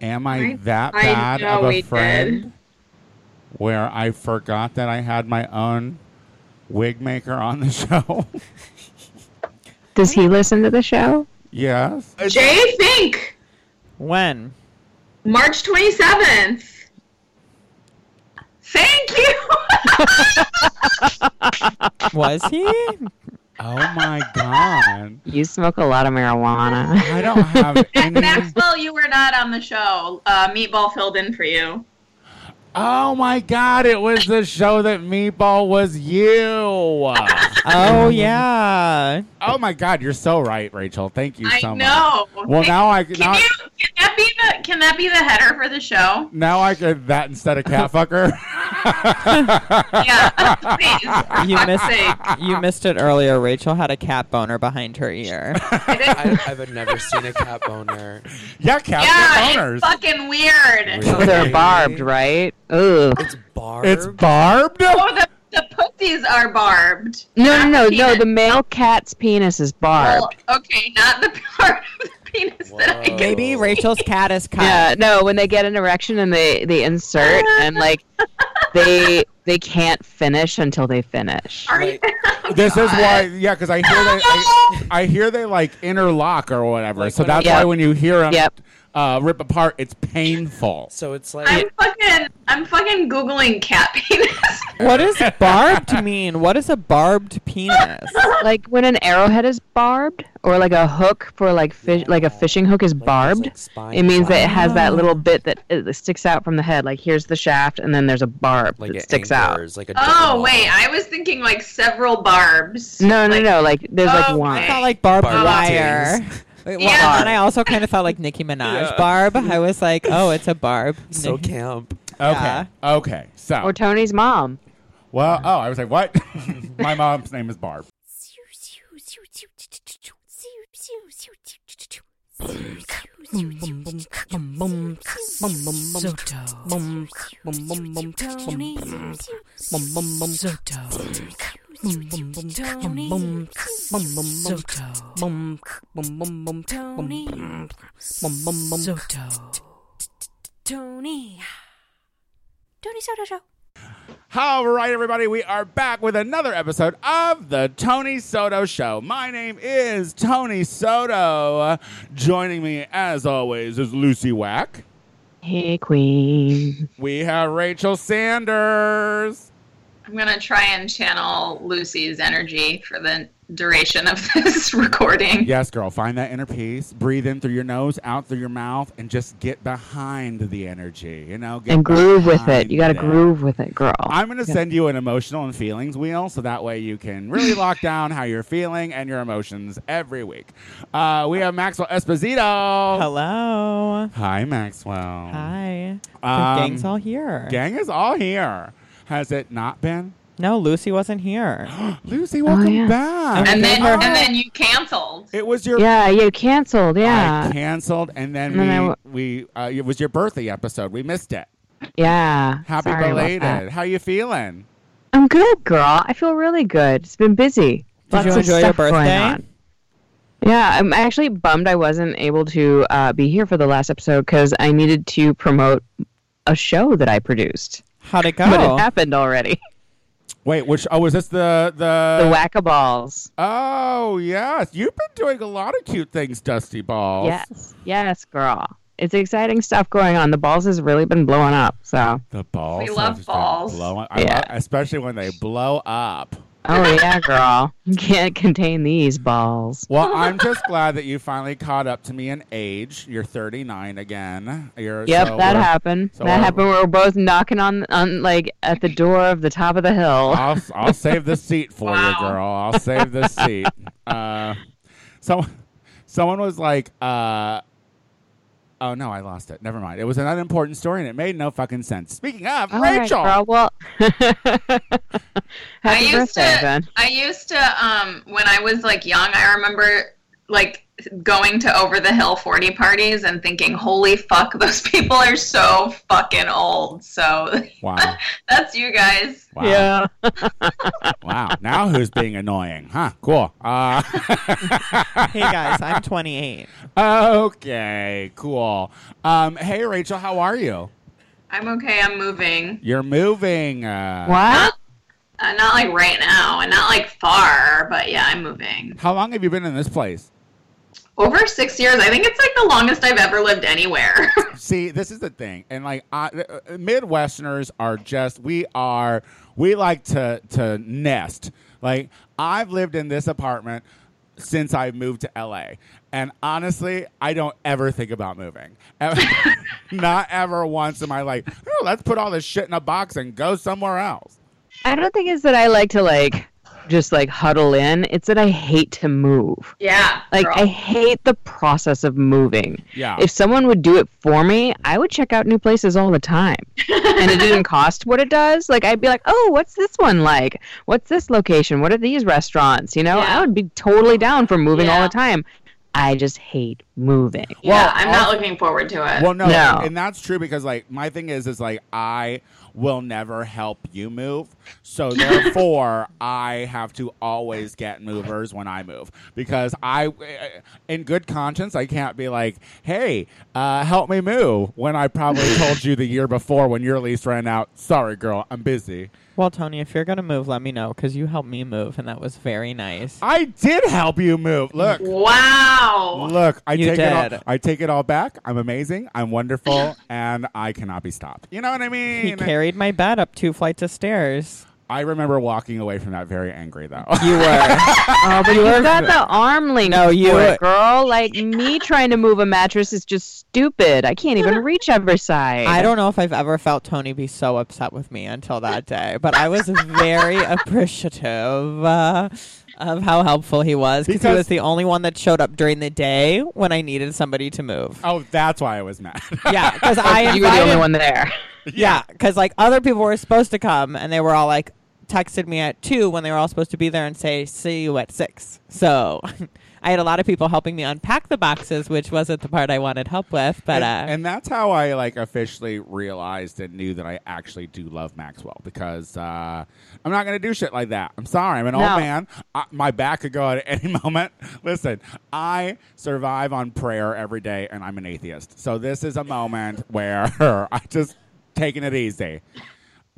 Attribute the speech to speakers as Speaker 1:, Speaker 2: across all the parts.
Speaker 1: Am I,
Speaker 2: I-
Speaker 1: that
Speaker 2: I
Speaker 1: bad
Speaker 2: know
Speaker 1: of
Speaker 2: we
Speaker 1: a
Speaker 2: did.
Speaker 1: friend where I forgot that I had my own wig maker on the show?
Speaker 3: Does he listen to the show?
Speaker 1: yes.
Speaker 2: Jay Fink,
Speaker 4: When?
Speaker 2: March 27th. Thank you.
Speaker 4: Was he?
Speaker 1: Oh my god.
Speaker 3: You smoke a lot of marijuana.
Speaker 1: I don't have any.
Speaker 2: Maxwell, you were not on the show. Uh, Meatball filled in for you.
Speaker 1: Oh my god, it was the show that Meatball was you.
Speaker 4: Oh yeah.
Speaker 1: Oh my god, you're so right, Rachel. Thank you
Speaker 2: I
Speaker 1: so much.
Speaker 2: know.
Speaker 1: Well,
Speaker 2: Hey,
Speaker 1: now I
Speaker 2: can,
Speaker 1: now,
Speaker 2: you, can that be the can that be the header for the show?
Speaker 1: now I could that instead of catfucker.
Speaker 2: Yeah, please.
Speaker 4: You
Speaker 2: for fuck's
Speaker 4: missed
Speaker 2: sake.
Speaker 4: You missed it earlier. Rachel had a cat boner behind her ear.
Speaker 2: It is-
Speaker 5: I, I've never seen a cat boner.
Speaker 1: yeah, catfucker
Speaker 2: yeah,
Speaker 1: boners.
Speaker 2: it's fucking weird.
Speaker 5: Really?
Speaker 3: Oh, they're barbed, right? Ugh.
Speaker 5: It's barbed.
Speaker 1: It's barbed.
Speaker 2: Oh, the the pussies are barbed.
Speaker 3: No,
Speaker 2: Not the
Speaker 3: no, no, no.
Speaker 2: penis.
Speaker 3: The male cat's penis is
Speaker 2: Well,
Speaker 3: barbed.
Speaker 2: okay, not the part of the penis that I
Speaker 5: Whoa.
Speaker 2: get.
Speaker 4: Maybe Rachel's cat is cut.
Speaker 3: Yeah, no. When they get an erection and they they insert and like they they can't finish until they finish.
Speaker 2: Are you-
Speaker 5: Like,
Speaker 1: This is why, yeah, because I hear they, I, I hear they like interlock or whatever.
Speaker 5: Like
Speaker 1: so
Speaker 5: when
Speaker 1: that's
Speaker 3: I-
Speaker 1: why
Speaker 3: Yep.
Speaker 1: when you hear them
Speaker 3: Yep.
Speaker 1: uh, rip apart, it's painful.
Speaker 5: so it's
Speaker 2: I'm
Speaker 5: like
Speaker 2: fucking I'm fucking googling cat penis.
Speaker 4: What does barbed mean? What is a barbed penis?
Speaker 3: Like when an arrowhead is barbed, or like a hook for like fish, like a fishing hook is barbed. It means that it has that little bit that it sticks out from the head. Like here's the shaft, and then there's a barb
Speaker 5: like
Speaker 3: that
Speaker 5: it
Speaker 3: sticks
Speaker 5: anchors, Like a
Speaker 2: Oh
Speaker 5: dog.
Speaker 2: wait, I was thinking like several barbs.
Speaker 3: out. No, no,
Speaker 2: Like,
Speaker 3: no. Like there's like
Speaker 2: Oh,
Speaker 3: one.
Speaker 4: I thought like barbed
Speaker 5: Barbed
Speaker 4: wire.
Speaker 5: titties.
Speaker 4: Wait, well,
Speaker 2: Yeah.
Speaker 4: And I also kind of felt like Nicki Minaj barb. I was like, oh, it's a barb.
Speaker 5: So
Speaker 4: Nicki-
Speaker 5: camp.
Speaker 1: Okay.
Speaker 4: Yeah.
Speaker 1: Okay. So,
Speaker 3: Or Oh, Tony's mom.
Speaker 1: well, oh, I was like, what? My mom's name is Barb.
Speaker 6: Tony. Tony Soto Show.
Speaker 1: All right, everybody, we are back with another episode of the Tony Soto Show. My name is Tony Soto. Joining me, as always, is Lucy Wack.
Speaker 3: Hey, Queen.
Speaker 1: We have Rachel Sanders.
Speaker 2: I'm gonna try and channel Lucy's energy for the duration of this recording.
Speaker 1: Yes, girl, find that inner peace. Breathe in through your nose, out through your mouth, and just get behind the energy. You know, get
Speaker 3: And groove with it.
Speaker 1: behind
Speaker 3: You got to groove with it, girl.
Speaker 1: I'm going to send you an emotional and feelings wheel so that way you can really lock down how you're feeling and your emotions every week. Uh, we have Maxwell Esposito.
Speaker 4: Hello.
Speaker 1: Hi, Maxwell.
Speaker 4: Hi.
Speaker 1: Um,
Speaker 4: the gang's all here.
Speaker 1: Gang is all here. Has it not been?
Speaker 4: no, Lucy wasn't here.
Speaker 1: Lucy, welcome
Speaker 3: Oh, yeah.
Speaker 1: back.
Speaker 2: And then
Speaker 4: Her-
Speaker 2: and then you canceled.
Speaker 1: it was your
Speaker 3: yeah, you canceled. Yeah,
Speaker 1: I canceled, and then
Speaker 3: And then I
Speaker 1: we, we uh, it was your birthday episode. We missed it.
Speaker 3: yeah.
Speaker 1: Happy
Speaker 3: Sorry about that.
Speaker 1: belated. How you feeling?
Speaker 3: I'm good, girl. I feel really good. It's been busy.
Speaker 4: Did
Speaker 3: Lots
Speaker 4: you
Speaker 3: of
Speaker 4: enjoy your
Speaker 3: stuff going
Speaker 4: birthday?
Speaker 3: on. Yeah, I'm actually bummed I wasn't able to uh, be here for the last episode because I needed to promote a show that I produced,
Speaker 4: How'd it
Speaker 3: but
Speaker 4: go?
Speaker 3: it happened already.
Speaker 1: Wait, which oh was this the
Speaker 3: The
Speaker 1: the,
Speaker 3: Whack a Balls.
Speaker 1: Oh yes. You've been doing a lot of cute things, Dusty Balls.
Speaker 3: Yes, yes, girl. It's exciting stuff going on. The balls has really been blowing up. So,
Speaker 1: The balls.
Speaker 2: We
Speaker 1: have
Speaker 2: love
Speaker 1: just been
Speaker 2: balls.
Speaker 1: blowing- I
Speaker 3: Yeah.
Speaker 1: love- especially when they blow up.
Speaker 3: oh yeah, girl, you can't contain these balls.
Speaker 1: Well, I'm just glad that you finally caught up to me in age. You're 39 again. You're
Speaker 3: Yep,
Speaker 1: so
Speaker 3: that
Speaker 1: we're-
Speaker 3: happened.
Speaker 1: so
Speaker 3: that
Speaker 1: we're-
Speaker 3: happened. We were both knocking on, on like at the door of the top of the hill.
Speaker 1: I'll I'll save the seat for you,
Speaker 2: Wow.
Speaker 1: girl. I'll save the seat. Uh, so, someone was like, uh, "Oh no, I lost it. Never mind. It was an unimportant story, and it made no fucking sense." Speaking of,
Speaker 3: All right,
Speaker 1: Rachel.
Speaker 3: girl. Well,
Speaker 2: I
Speaker 3: happy
Speaker 2: used
Speaker 3: birthday,
Speaker 2: to
Speaker 3: Ben.
Speaker 2: I used to um when I was like young, I remember like going to over the hill 40 parties and thinking holy fuck those people are so fucking old so
Speaker 1: Wow.
Speaker 2: that's you guys
Speaker 1: Wow.
Speaker 3: Yeah.
Speaker 1: Wow. Now who's being annoying? Huh. Cool. Uh,
Speaker 4: hey guys, I'm 28.
Speaker 1: okay. Cool. Um, hey, Rachel, how are you?
Speaker 2: i'm okay i'm moving
Speaker 1: You're moving. Uh,
Speaker 3: What?
Speaker 2: uh, not like right now and not like far but yeah i'm moving
Speaker 1: How long have you been in this place?
Speaker 2: over six years i think it's like the longest i've ever lived anywhere
Speaker 1: See, this is the thing, and like I, uh, Midwesterners are just we are we like to to nest. Like I've lived in this apartment since I moved to LA, and honestly, I don't ever think about moving. Not ever once am I like, oh, let's put all this shit in a box and go somewhere else.
Speaker 3: I don't think it's that I like to like just like huddle in. It's that I hate to move.
Speaker 2: yeah
Speaker 3: Like
Speaker 2: girl.
Speaker 3: I hate the process of moving.
Speaker 1: Yeah.
Speaker 3: If someone would do it for me, I would check out new places all the time. and it didn't cost what it does. Like I'd be like, "Oh, what's this one like? What's this location? What are these restaurants?" You know,
Speaker 2: Yeah.
Speaker 3: I would be totally down for moving all
Speaker 2: Yeah.
Speaker 3: the time. I just hate moving.
Speaker 2: yeah
Speaker 1: Well,
Speaker 2: i'm not looking forward to it
Speaker 1: Well, no,
Speaker 3: No.
Speaker 1: and that's true because like my thing is is like I will never help you move, so therefore I have to always get movers when I move because I, eh, in good conscience, I can't be like, hey, uh, help me move when I probably told you the year before when your lease ran out. Sorry, girl, I'm busy.
Speaker 4: Well, Tony, if you're gonna move, let me know because you helped me move, and that was very nice.
Speaker 1: I did help you move. Look.
Speaker 2: wow
Speaker 1: Look, I
Speaker 4: You
Speaker 1: take it all,
Speaker 4: did.
Speaker 1: I take it all back. I'm amazing. I'm wonderful, and I cannot be stopped. You know what I mean?
Speaker 4: He carried my bed up two flights of stairs.
Speaker 1: I remember walking away from that very angry though.
Speaker 4: You were.
Speaker 3: Oh, but you
Speaker 4: were-
Speaker 3: got the arm link.
Speaker 4: No, you
Speaker 3: for it,
Speaker 4: were-
Speaker 3: girl. Like me trying to move a mattress is just stupid. I can't even reach every side.
Speaker 4: I don't know if I've ever felt Tony be so upset with me until that day, but I was very appreciative uh, of how helpful he was because he
Speaker 1: Because-
Speaker 4: was the only one that showed up during the day when I needed somebody to move.
Speaker 1: oh, that's why I was mad.
Speaker 4: Yeah, because I invited.
Speaker 3: You were the only one there.
Speaker 4: Yeah, because like other people were supposed to come, and they were all like texted me at two when they were all supposed to be there and say see you at six. So I had a lot of people helping me unpack the boxes, which wasn't the part I wanted help with. But
Speaker 1: and,
Speaker 4: uh,
Speaker 1: and that's how I like officially realized and knew that I actually do love Maxwell because uh, I'm not gonna do shit like that. I'm sorry, I'm an
Speaker 3: No.
Speaker 1: old man. I, my back could go at any moment. Listen, I survive on prayer every day, and I'm an atheist. So this is a moment where I just taking it easy.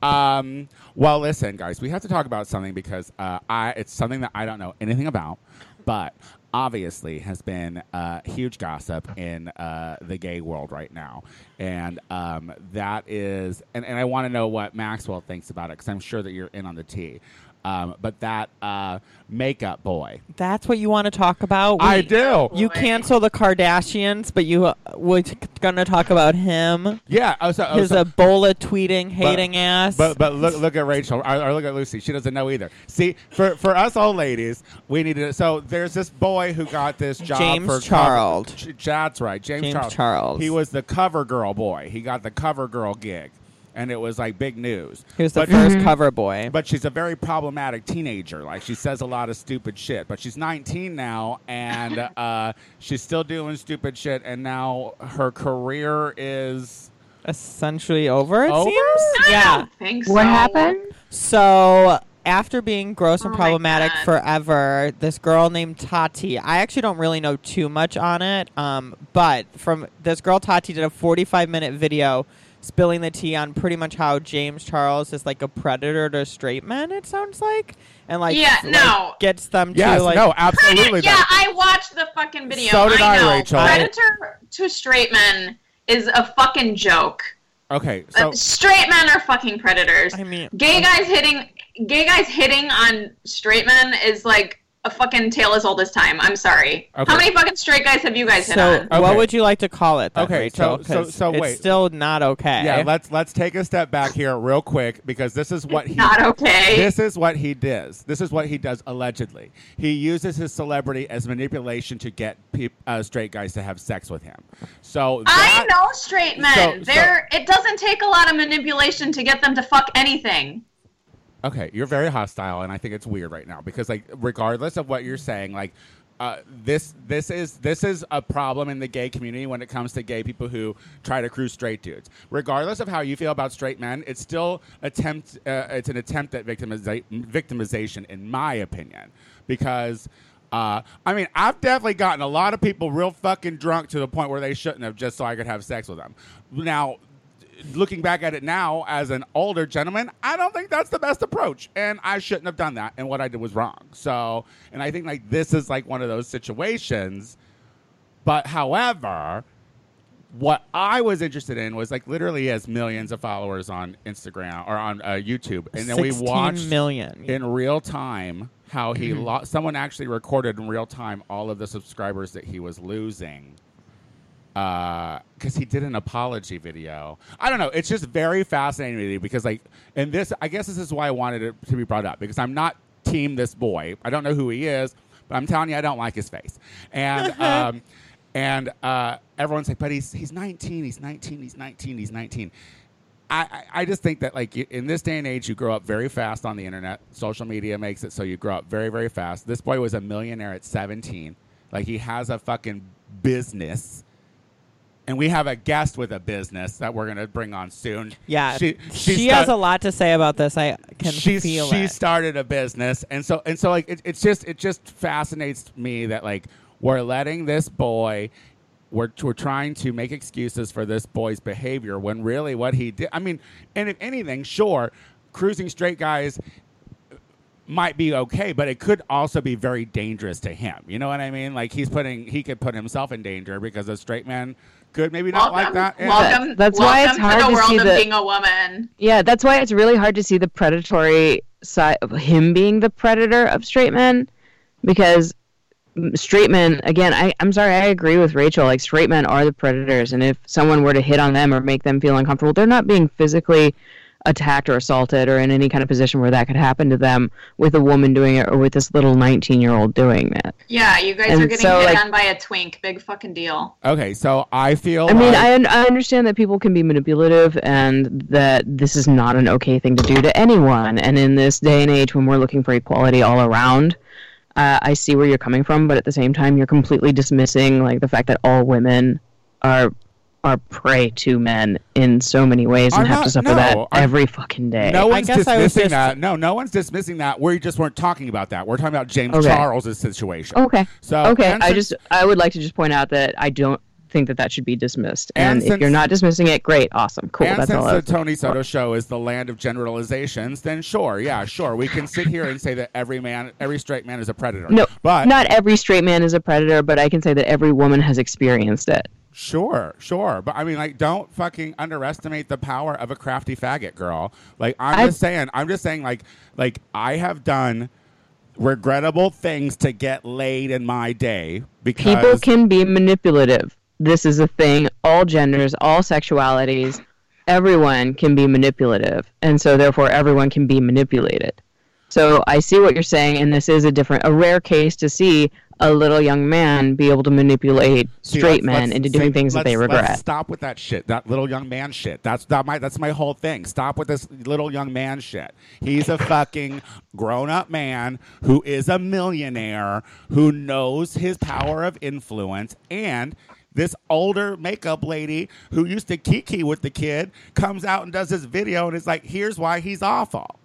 Speaker 1: Um, well, listen, guys, we have to talk about something because uh, I it's something that I don't know anything about, but obviously has been uh, huge gossip in uh, the gay world right now, and um, that is, and, and I want to know what Maxwell thinks about it because I'm sure that you're in on the tea. Um, but that uh, makeup boy,
Speaker 4: that's what you want to talk about.
Speaker 1: I
Speaker 4: We-
Speaker 1: do.
Speaker 4: You
Speaker 2: Boy.
Speaker 4: cancel the Kardashians, but you uh, we're gonna talk about him.
Speaker 1: yeah. Oh, so, oh,
Speaker 4: His
Speaker 1: so-
Speaker 4: Ebola tweeting, hating ass.
Speaker 1: But but look look at Rachel or, or look at Lucy. She doesn't know either. See, for for us old ladies, we need to. So there's this boy who got this job
Speaker 4: James
Speaker 1: for
Speaker 4: Charles.
Speaker 1: Cover, Ch- that's right, James,
Speaker 4: James
Speaker 1: Charles.
Speaker 4: Charles.
Speaker 1: He was the cover girl boy. He got the cover girl gig, and it was like big news.
Speaker 4: he was the
Speaker 1: But-
Speaker 4: 1st cover boy.
Speaker 1: but she's a very problematic teenager. Like she says a lot of stupid shit. But she's 19 now, and uh, she's still doing stupid shit. And now her career is
Speaker 4: Essentially over. It
Speaker 1: Over?
Speaker 4: seems.
Speaker 2: I
Speaker 4: Yeah.
Speaker 2: don't think so.
Speaker 3: What happened?
Speaker 4: So after being gross and
Speaker 2: Oh my
Speaker 4: problematic
Speaker 2: God.
Speaker 4: forever, this girl named Tati. I actually don't really know too much on it, um, but from this girl Tati did a 45 minute video spilling the tea on pretty much how James Charles is like a predator to straight men. It sounds like, and like
Speaker 2: Yeah,
Speaker 4: like,
Speaker 2: no.
Speaker 4: gets them
Speaker 1: yes,
Speaker 4: to like
Speaker 1: no, absolutely.
Speaker 2: yeah,
Speaker 1: not.
Speaker 2: I watched the fucking video.
Speaker 1: So did I,
Speaker 2: know.
Speaker 1: Rachel.
Speaker 2: Predator to straight men is a fucking joke.
Speaker 1: Okay,
Speaker 2: Uh,
Speaker 1: so
Speaker 2: straight men are fucking predators.
Speaker 4: I mean,
Speaker 2: gay guys hitting gay guys hitting on straight men is like a fucking tale as old as time. I'm sorry.
Speaker 1: Okay.
Speaker 2: How many fucking straight guys have you guys hit
Speaker 4: So,
Speaker 2: on?
Speaker 1: Okay.
Speaker 4: what would you like to call it? Then,
Speaker 1: Okay, so-
Speaker 4: Rachel?
Speaker 1: so-
Speaker 4: 'Cause
Speaker 1: so
Speaker 4: it's
Speaker 1: wait.
Speaker 4: still not okay.
Speaker 1: Yeah, let's let's take a step back here real quick because this is what he
Speaker 2: Not okay.
Speaker 1: this is what he does. This is what he does allegedly. He uses his celebrity as manipulation to get peop, uh, straight guys to have sex with him. So
Speaker 2: I
Speaker 1: that,
Speaker 2: know straight
Speaker 1: So- so-
Speaker 2: men. They're it doesn't take a lot of manipulation to get them to fuck anything.
Speaker 1: Okay, you're very hostile, and I think it's weird right now because, like, regardless of what you're saying, like, uh, this this is this is a problem in the gay community when it comes to gay people who try to cruise straight dudes. Regardless of how you feel about straight men, it's still attempt uh, it's an attempt at victimiza- victimization, in my opinion, because. Uh, I mean, I've definitely gotten a lot of people real fucking drunk to the point where they shouldn't have just so I could have sex with them. Now, looking back at it now as an older gentleman, I don't think that's the best approach. And I shouldn't have done that. And what I did was wrong. So, and I think like this is like one of those situations. But however, what I was interested in was like literally has millions of followers on Instagram or on uh, YouTube. And then we
Speaker 4: 16
Speaker 1: watched
Speaker 4: million.
Speaker 1: in real time how he lost. Someone actually recorded in real time all of the subscribers that he was losing because uh, he did an apology video. I don't know. It's just very fascinating to me because, like, and this, I guess this is why I wanted it to be brought up because I'm not team this boy. I don't know who he is, but I'm telling you, I don't like his face. And, um, and uh, everyone's like, but he's, he's 19, he's 19, he's 19, he's 19. I, I- I just think that like you- in this day and age, you grow up very fast on the internet. Social media makes it so you grow up very very fast. This boy was a millionaire at 17. Like he has a fucking business, and we have a guest with a business that we're gonna bring on soon.
Speaker 4: Yeah, she,
Speaker 1: she
Speaker 4: has
Speaker 1: sta-
Speaker 4: a lot to say about this. I can
Speaker 1: she's,
Speaker 4: feel
Speaker 1: she
Speaker 4: it.
Speaker 1: started a business, and so and so like it, it's just it just fascinates me that like we're letting this boy. We're, we're trying to make excuses for this boy's behavior when really what he did. I mean, and if anything, sure, cruising straight guys uh, might be okay, but it could also be very dangerous to him. You know what I mean? Like he's putting, he could put himself in danger because a straight man could maybe not like
Speaker 2: welcome,
Speaker 1: that. And-
Speaker 2: welcome,
Speaker 3: That's why it's
Speaker 2: welcome
Speaker 3: hard
Speaker 2: to
Speaker 3: to
Speaker 2: the world
Speaker 3: see
Speaker 2: of
Speaker 3: the-
Speaker 2: being a woman.
Speaker 3: Yeah, that's why it's really hard to see the predatory side of him being the predator of straight men because mm, straight men again I, i'm sorry i agree with rachel like straight men are the predators and if someone were to hit on them or make them feel uncomfortable they're not being physically attacked or assaulted or in any kind of position where that could happen to them with a woman doing it or with this little 19 year old doing that
Speaker 2: Yeah, you guys
Speaker 3: And
Speaker 2: are getting
Speaker 3: so,
Speaker 2: hit
Speaker 3: like-
Speaker 2: on by a twink. Big fucking deal.
Speaker 1: okay, so I feel.
Speaker 3: I mean,
Speaker 1: like-
Speaker 3: I, un- I understand that people can be manipulative and that this is not an okay thing to do to anyone. And in this day and age when we're looking for equality all around, uh, I see where you're coming from, but at the same time, you're completely dismissing like the fact that all women are are prey to men in so many ways and
Speaker 1: I'm
Speaker 3: have
Speaker 1: not-
Speaker 3: to suffer
Speaker 1: no,
Speaker 3: that
Speaker 1: I'm-
Speaker 3: every fucking day.
Speaker 1: No one's
Speaker 4: guess I was
Speaker 1: dismissing
Speaker 4: just-
Speaker 1: that. No, no one's dismissing that. We just weren't talking about that. We're talking about James
Speaker 3: Okay.
Speaker 1: Charles's situation.
Speaker 3: okay.
Speaker 1: So
Speaker 3: okay,
Speaker 1: Uh, and
Speaker 3: I
Speaker 1: since-
Speaker 3: just I would like to just point out that I don't think that that should be dismissed.
Speaker 1: And
Speaker 3: And,
Speaker 1: since-
Speaker 3: if you're not dismissing it, great, awesome, cool.
Speaker 1: and
Speaker 3: That's
Speaker 1: since
Speaker 3: all. I
Speaker 1: the
Speaker 3: was-
Speaker 1: Tony Soto show is the land of generalizations, then sure, yeah, sure, we can sit here and say that every man, every straight man is a predator.
Speaker 3: No,
Speaker 1: but
Speaker 3: not every straight man is a predator, but I can say that every woman has experienced it.
Speaker 1: sure, sure. But I mean, like, don't fucking underestimate the power of a crafty faggot, girl. Like, I'm
Speaker 3: I-
Speaker 1: just saying, I'm just saying, like, like I have done regrettable things to get laid in my day because
Speaker 3: People can be manipulative. This is a thing. All genders, all sexualities, everyone can be manipulative, and so therefore everyone can be manipulated. So I see what you're saying, and this is a different, a rare case to see a little young man be able to manipulate
Speaker 1: See,
Speaker 3: straight
Speaker 1: let's-
Speaker 3: men
Speaker 1: let's
Speaker 3: into doing
Speaker 1: say-
Speaker 3: things that they
Speaker 1: let's-
Speaker 3: regret.
Speaker 1: let's stop with that shit. That little young man shit. That's that my that's my whole thing. Stop with this little young man shit. He's a fucking grown-up man who is a millionaire who knows his power of influence and this older makeup lady who used to kiki with the kid comes out and does this video and is like, "Here's why he's awful."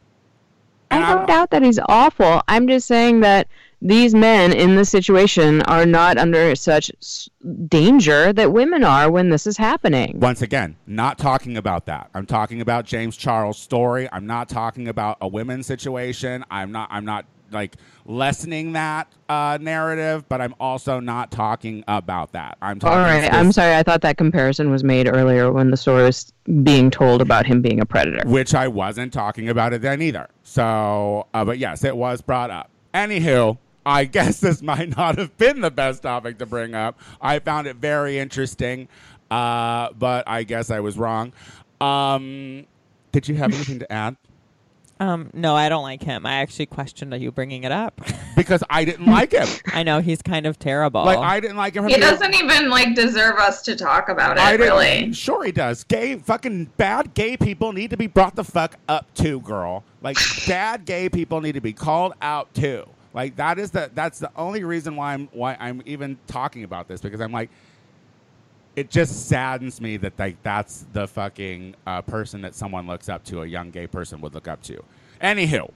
Speaker 1: And
Speaker 3: I
Speaker 1: I'm-
Speaker 3: don't doubt that he's awful. I'm just saying that these men in this situation are not under such s- danger that women are when this is happening.
Speaker 1: Once again, not talking about that. I'm talking about James Charles' story. I'm not talking about a women's situation. I'm not. I'm not like lessening that uh, narrative, but I'm also not talking about that. I'm
Speaker 3: All
Speaker 1: talking.
Speaker 3: right, I'm
Speaker 1: spec-
Speaker 3: sorry. I thought that comparison was made earlier when the story was being told about him being a predator.
Speaker 1: Which I wasn't talking about it then either. So, uh, but yes, it was brought up. Anywho, I guess this might not have been the best topic to bring up. I found it very interesting, uh, but I guess I was wrong. Um, did you have anything to add?
Speaker 4: Um, no, I don't like him. I actually questioned you bringing it up.
Speaker 1: because I didn't like him.
Speaker 4: I know he's kind of terrible.
Speaker 1: Like I didn't like him. from
Speaker 2: He
Speaker 1: the-
Speaker 2: doesn't even like deserve us to talk about it.
Speaker 1: I didn't.
Speaker 2: really,
Speaker 1: Sure, he does. Gay fucking bad gay people need to be brought the fuck up too, girl. Like bad gay people need to be called out too. Like that is the that's the only reason why I'm why I'm even talking about this because I'm like, it just saddens me that like that's the fucking uh, person that someone looks up to, a young gay person would look up to. Anywho,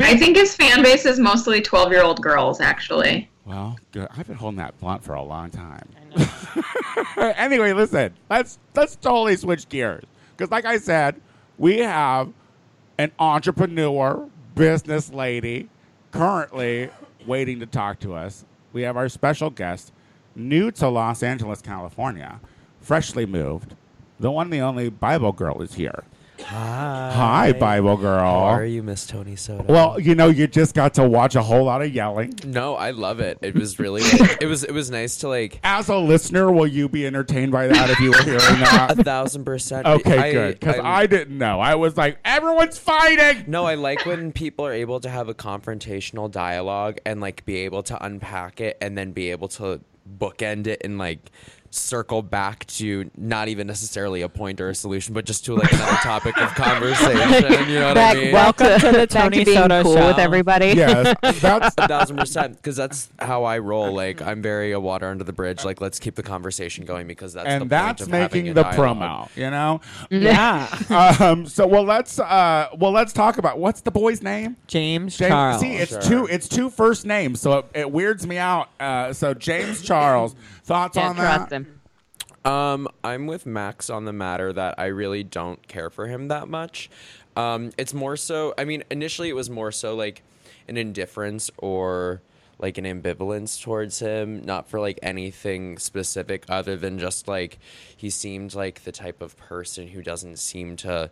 Speaker 2: I think his fan base is mostly 12 year old girls, actually.
Speaker 1: well, good. I've been holding that blunt for a long time. anyway, listen, let's let's totally switch gears because, like I said, we have an entrepreneur, business lady, currently waiting to talk to us. We have our special guest, new to Los Angeles, California, freshly moved. The one, the only Bible girl is here.
Speaker 5: Hi.
Speaker 1: Hi, Bible
Speaker 5: How are
Speaker 1: girl.
Speaker 5: Ah, you, Miss Tony Soto?
Speaker 1: Well, you know, you just got to watch a whole lot of yelling.
Speaker 5: no, I love it. It was really. like, it was. It was nice to like
Speaker 1: As a listener, will you be entertained by that if you were hearing that?
Speaker 5: a thousand percent.
Speaker 1: Okay,
Speaker 5: I-
Speaker 1: good. Because
Speaker 5: I'm-
Speaker 1: I didn't know. I was like, everyone's fighting.
Speaker 5: No, I like when people are able to have a confrontational dialogue and like be able to unpack it and then be able to bookend it and like circle back to not even necessarily a point or a solution, but just to like another topic of conversation. You know what
Speaker 3: back,
Speaker 5: I mean?
Speaker 3: welcome to
Speaker 4: Welcome to the
Speaker 3: back to
Speaker 4: Tony
Speaker 3: being
Speaker 4: Soto
Speaker 3: cool
Speaker 4: Show.
Speaker 3: with everybody.
Speaker 1: yes, that's
Speaker 5: A thousand percent, because that's how I roll. Like I'm very a water under the bridge. Like let's keep the conversation going because that's the
Speaker 1: and that's
Speaker 5: point of having
Speaker 1: making
Speaker 5: a
Speaker 1: the
Speaker 5: dialogue. Mm-hmm.
Speaker 1: promo. You know.
Speaker 4: yeah.
Speaker 1: um. So well, let's uh. Well, let's talk about what's the boy's name.
Speaker 4: James,
Speaker 1: James.
Speaker 4: Charles.
Speaker 1: See, it's
Speaker 5: Sure.
Speaker 1: two. It's two first names, so it, it weirds me out. Uh. So James Charles. Thoughts
Speaker 3: Can't
Speaker 1: on that?
Speaker 3: trust him.
Speaker 5: Um, I'm with Max on the matter that I really don't care for him that much. Um, it's more so. I mean, initially it was more so like an indifference or like an ambivalence towards him, not for like anything specific other than just like he seemed like the type of person who doesn't seem to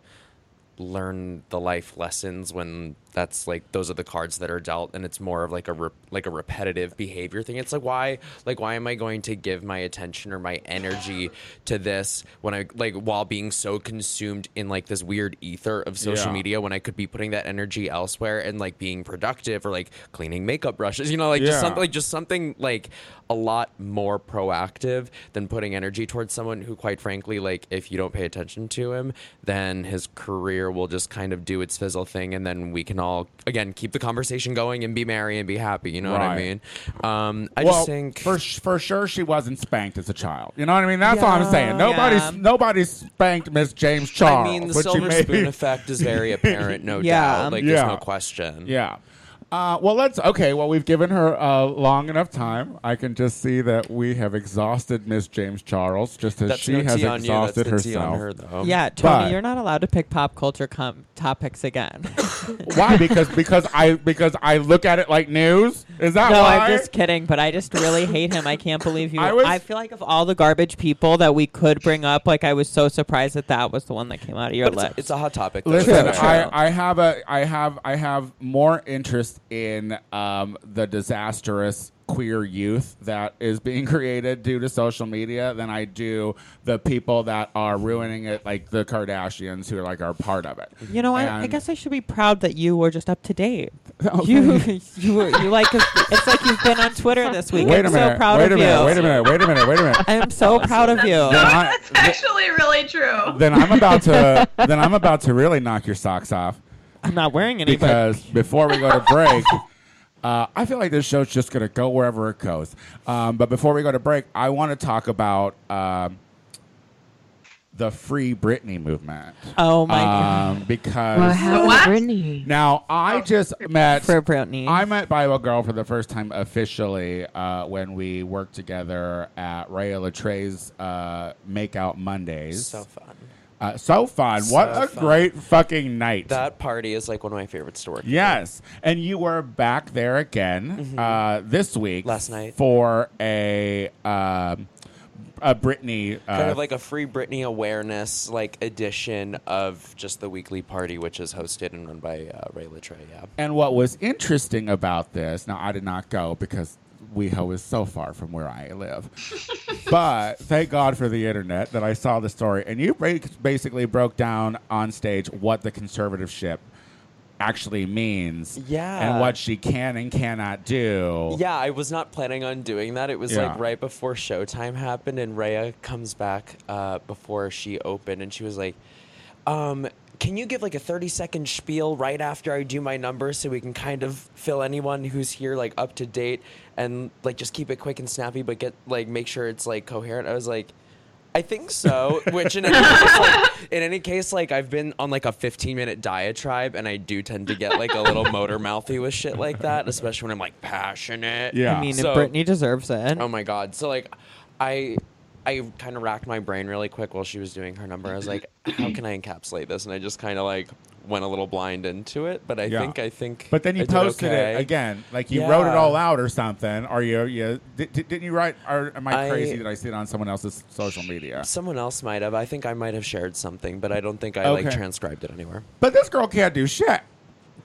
Speaker 5: learn the life lessons when that's like those are the cards that are dealt and it's more of like a re- like a repetitive behavior thing it's like why like why am i going to give my attention or my energy to this when i like while being so consumed in like this weird ether of social
Speaker 1: Yeah.
Speaker 5: media when i could be putting that energy elsewhere and like being productive or like cleaning makeup brushes you know like
Speaker 1: Yeah.
Speaker 5: just something like just something like a lot more proactive than putting energy towards someone who quite frankly like if you don't pay attention to him then his career will just kind of do its fizzle thing and then we can all again keep the conversation going and be merry and be happy you know what i
Speaker 1: Right.
Speaker 5: mean um i
Speaker 1: well,
Speaker 5: just think
Speaker 1: for sh- for sure she wasn't spanked as a child. You know what I mean? That's all I'm saying.
Speaker 4: Yeah.
Speaker 1: Nobody's nobody's spanked Miss James Charles.
Speaker 5: i mean the
Speaker 1: but she
Speaker 5: silver
Speaker 1: may-
Speaker 5: spoon effect is very apparent no
Speaker 4: Yeah.
Speaker 5: doubt like
Speaker 1: Yeah.
Speaker 5: there's no question
Speaker 1: Yeah. Uh, well, let's. Okay. Well, we've given her uh, long enough time. I can just see that we have exhausted Miss James Charles, just as
Speaker 5: that's
Speaker 1: she
Speaker 5: no
Speaker 1: has
Speaker 5: tea on you that's
Speaker 1: exhausted
Speaker 5: the tea
Speaker 1: herself.
Speaker 5: on her though
Speaker 4: yeah, Tony,
Speaker 1: But-
Speaker 4: you're not allowed to pick pop culture com- topics again.
Speaker 1: Why? Because because I because I look at it like news. Is that
Speaker 4: no,
Speaker 1: why?
Speaker 4: I'm just kidding, but I just really hate him. I can't believe you.
Speaker 1: I
Speaker 4: I,
Speaker 1: was-
Speaker 4: feel like of all the garbage people that we could bring up, like I was so surprised that that was the one that came out of your
Speaker 5: but it's,
Speaker 4: lips.
Speaker 5: it's a hot topic though.
Speaker 1: Listen,
Speaker 5: It's
Speaker 1: I,
Speaker 5: true.
Speaker 1: I have a I have I have more interest in um, the disastrous queer youth that is being created due to social media than I do the people that are ruining it, like the Kardashians, who are like are part of it.
Speaker 4: you know, I, I
Speaker 1: And-
Speaker 4: guess I should be proud that you were just up to date.
Speaker 1: Okay.
Speaker 4: You, you, were, you like it's like you've been on Twitter this week.
Speaker 1: Wait
Speaker 4: I'm
Speaker 1: a minute.
Speaker 4: so proud
Speaker 1: wait
Speaker 4: of
Speaker 1: a
Speaker 4: you.
Speaker 1: minute. Wait a minute. Wait a minute. Wait a minute.
Speaker 4: I'm so proud of
Speaker 1: then,
Speaker 4: you.
Speaker 1: I,
Speaker 2: That's actually really true.
Speaker 1: then I'm about to then I'm about to really knock your socks off
Speaker 4: I'm not wearing any, but
Speaker 1: because before we go to break, uh, I feel like this show's just gonna go wherever it goes. Um, but before we go to break, I want to talk about um, the Free Britney movement.
Speaker 4: oh my god, Oh,
Speaker 1: Um, because
Speaker 3: Well, how
Speaker 2: What?
Speaker 3: is Brittany?
Speaker 1: now I just met
Speaker 4: for Brittany.
Speaker 1: I met Bible Girl for the first time officially uh, when we worked together at Raya Latre's uh, Makeout Mondays.
Speaker 5: so fun
Speaker 1: Uh, so fun. what
Speaker 5: So
Speaker 1: a
Speaker 5: fun.
Speaker 1: great fucking night.
Speaker 5: That party is like one of my favorites to work. at.
Speaker 1: yes. And you were back there again uh, this week.
Speaker 5: Mm-hmm. Last night.
Speaker 1: For a, um, a Britney. Uh,
Speaker 5: Kind of like a free Britney awareness like edition of just the weekly party, which is hosted and run by uh, Ray Latre. Yeah.
Speaker 1: and what was interesting about this, now I did not go because WeHo is so far from where I live. but thank God for the internet that I saw the story. And you ba- basically broke down on stage what the conservative ship actually means
Speaker 5: Yeah.
Speaker 1: and what she can and cannot do.
Speaker 5: Yeah, I was not planning on doing that. It was
Speaker 1: Yeah.
Speaker 5: like right before showtime happened, and Raya comes back uh, before she opened, and she was like, um, can you give like a 30 second spiel right after I do my numbers so we can kind of fill anyone who's here like up to date and like just keep it quick and snappy, but get like make sure it's like coherent? I was like, I think so. Which in any case, like, in any case, like I've been on like a 15 minute diatribe, and I do tend to get like a little motor mouthy with shit like that, especially when I'm like passionate.
Speaker 1: Yeah.
Speaker 4: I mean,
Speaker 5: So-
Speaker 4: Brittany deserves it.
Speaker 1: Um,
Speaker 5: Oh my god. So like I I kind of racked my brain really quick while she was doing her number. I was like, how can I encapsulate this? And I just kind of like went a little blind into it, but I
Speaker 1: Yeah.
Speaker 5: think I think
Speaker 1: But then you
Speaker 5: I did
Speaker 1: posted
Speaker 5: okay.
Speaker 1: it again, like you wrote it
Speaker 5: Yeah.
Speaker 1: all out or something. Or you, you did, didn't you write? Or am I,
Speaker 5: I-
Speaker 1: crazy that I see it on someone else's social media?
Speaker 5: Someone else might have. I think I might have shared something, but I don't think I like
Speaker 1: Okay.
Speaker 5: transcribed it anywhere.
Speaker 1: But this girl can't do shit.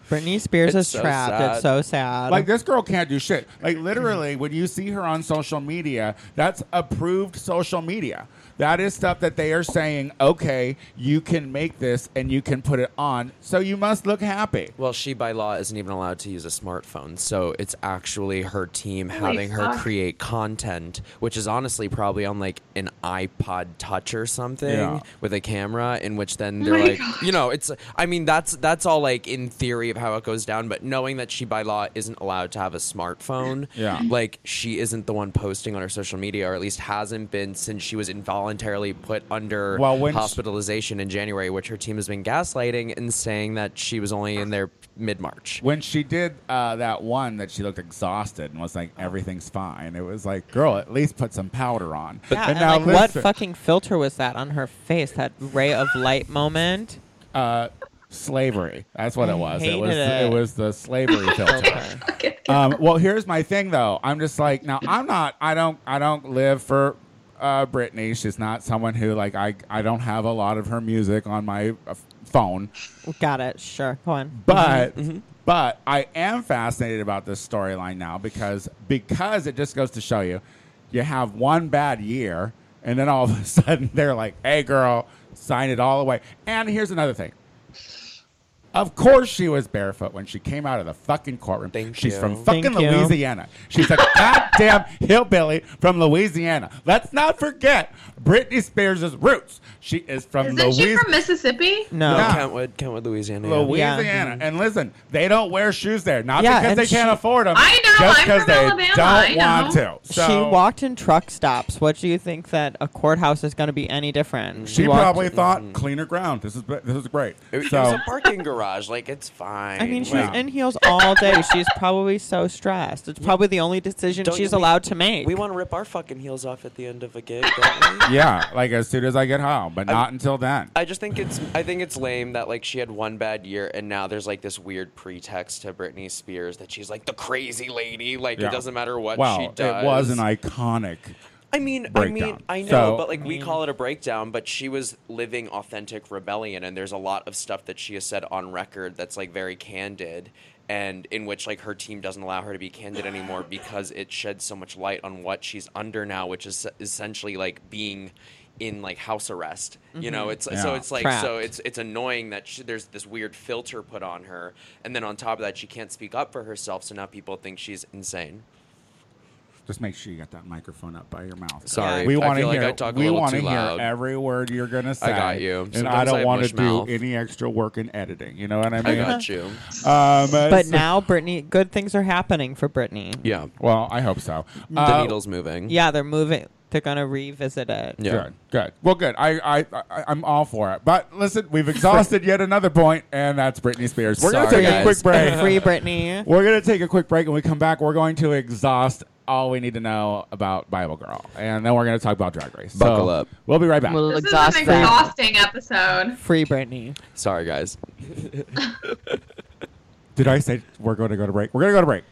Speaker 4: Britney Spears
Speaker 5: It's
Speaker 4: is
Speaker 5: so
Speaker 4: trapped.
Speaker 5: sad.
Speaker 4: It's so sad.
Speaker 1: Like this girl can't do shit. Like literally, when you see her on social media, that's approved social media. That is stuff that they are saying. Okay, you can make this and you can put it on. So you must look happy.
Speaker 5: Well, she by law isn't even allowed to use a smartphone, so it's actually her team
Speaker 1: Oh
Speaker 5: having her
Speaker 2: fuck.
Speaker 5: create content, which is honestly probably on like an iPod Touch or something
Speaker 1: Yeah. Oh
Speaker 5: with a camera, in which then they're
Speaker 2: my
Speaker 5: like,
Speaker 2: God.
Speaker 5: you know, it's. I mean, that's that's all like in theory of how it goes down, but knowing that she by law isn't allowed to have a smartphone,
Speaker 1: Yeah.
Speaker 5: like she isn't the one posting on her social media, or at least hasn't been since she was involuntarily put under
Speaker 1: Well, when she-
Speaker 5: hospitalization in January, which her team has been gaslighting and saying that she was only in there mid March.
Speaker 1: When she did uh, that one, that she looked exhausted and was like, "Everything's fine." It was like, "Girl, at least put some powder on."
Speaker 4: yeah, and like, what fucking filter was that on her face? That ray of light moment.
Speaker 1: uh, slavery. That's what
Speaker 4: I
Speaker 1: it was. It was
Speaker 4: hated
Speaker 1: it
Speaker 4: it.
Speaker 1: was the slavery filter.
Speaker 4: Okay.
Speaker 1: um, well, here's my thing though. I'm just like now. I'm not. I don't. I don't live for uh, Britney. She's not someone who like I. I don't have a lot of her music on my uh, phone.
Speaker 4: Got it. Sure. Go on.
Speaker 1: But
Speaker 5: Mm-hmm.
Speaker 1: but I am fascinated about this storyline now because because it just goes to show you, you have one bad year and then all of a sudden they're like, "Hey, girl, sign it all away." And here's another thing. Of course, she was barefoot when she came out of the fucking courtroom.
Speaker 5: Thank
Speaker 1: She's
Speaker 5: you.
Speaker 1: from fucking
Speaker 4: Thank you.
Speaker 1: Louisiana. She's a goddamn hillbilly from Louisiana. Let's not forget Britney Spears' roots. She is from
Speaker 2: Isn't
Speaker 1: Louisiana.
Speaker 2: she from Mississippi?
Speaker 4: No.
Speaker 1: Yeah.
Speaker 5: Kentwood, Kentwood, Louisiana. yeah.
Speaker 1: Louisiana. And listen, they don't wear shoes there, not
Speaker 4: Yeah,
Speaker 1: because
Speaker 4: and
Speaker 1: they can't
Speaker 4: she-
Speaker 1: afford them.
Speaker 2: I know,
Speaker 1: just
Speaker 2: I'm
Speaker 1: because
Speaker 2: from
Speaker 1: they
Speaker 2: Alabama,
Speaker 1: don't
Speaker 2: I know.
Speaker 1: want to. So
Speaker 4: she walked in truck stops. What do you think that a courthouse is going to be any different?
Speaker 1: She
Speaker 4: walked- Mm.
Speaker 1: probably thought cleaner ground. This is this is great.
Speaker 5: It, it was
Speaker 1: So
Speaker 5: a parking garage. Like it's fine.
Speaker 4: I mean, she
Speaker 1: Wow.
Speaker 4: was in heels all day. She's probably so stressed. It's probably the only decision
Speaker 5: Don't
Speaker 4: she's
Speaker 5: you-
Speaker 4: allowed to make.
Speaker 5: we want to rip our fucking heels off at the end of a gig. Don't we?
Speaker 1: yeah, like as soon as I get home, but not until then.
Speaker 5: I just think it's I think it's lame that like she had one bad year and now there's like this weird pretext to Britney Spears that she's like the crazy lady. Like
Speaker 1: Yeah.
Speaker 5: it doesn't matter what
Speaker 1: well,
Speaker 5: she does.
Speaker 1: it was an iconic.
Speaker 5: I mean, I
Speaker 1: breakdown.
Speaker 5: mean, I know,
Speaker 1: So-
Speaker 5: but like we call it a breakdown, but she was living authentic rebellion, and there's a lot of stuff that she has said on record that's like very candid, and in which like her team doesn't allow her to be candid anymore because it sheds so much light on what she's under now, which is essentially like being in like house arrest. You know, it's so
Speaker 1: Yeah.
Speaker 5: it's like
Speaker 4: Trapped.
Speaker 5: so it's it's annoying that she, there's this weird filter put on her, and then on top of that, she can't speak up for herself, so now people think she's insane.
Speaker 1: Just make sure you got that microphone up by your mouth.
Speaker 5: Sorry,
Speaker 1: we
Speaker 5: I
Speaker 1: want to
Speaker 5: feel
Speaker 1: hear.
Speaker 5: like I talk a
Speaker 1: we
Speaker 5: little
Speaker 1: want to
Speaker 5: too
Speaker 1: hear
Speaker 5: loud.
Speaker 1: every word you're gonna say.
Speaker 5: got you.
Speaker 1: And I
Speaker 5: Sometimes
Speaker 1: don't
Speaker 5: I
Speaker 1: want to
Speaker 5: mush
Speaker 1: do
Speaker 5: mouth.
Speaker 1: any extra work in editing. You know what I
Speaker 5: I
Speaker 1: mean?
Speaker 5: got you.
Speaker 1: Um,
Speaker 4: but
Speaker 1: so-
Speaker 4: now, Britney, good things are happening for Britney.
Speaker 5: Yeah.
Speaker 1: well, I hope so.
Speaker 5: the
Speaker 1: Uh,
Speaker 5: needle's moving.
Speaker 4: Yeah, they're moving. They're going to revisit it.
Speaker 5: Yeah.
Speaker 1: Good, good. Well, good. I, I, I, I'm all for it. But listen, we've exhausted yet another point, and that's Britney Spears. We're gonna
Speaker 5: Sorry,
Speaker 1: take a
Speaker 5: guys.
Speaker 1: quick break.
Speaker 4: Free Britney.
Speaker 1: we're gonna take a quick break, and we come back. We're going to exhaust all we need to know about Bible Girl, and then we're gonna talk about Drag Race. So,
Speaker 5: Buckle up.
Speaker 1: We'll be right back.
Speaker 3: We'll
Speaker 2: This
Speaker 3: exhaust
Speaker 2: is an
Speaker 3: that.
Speaker 2: exhausting episode.
Speaker 4: Free Britney.
Speaker 5: Sorry, guys.
Speaker 1: Did I say we're going to go to break? We're going to go to break.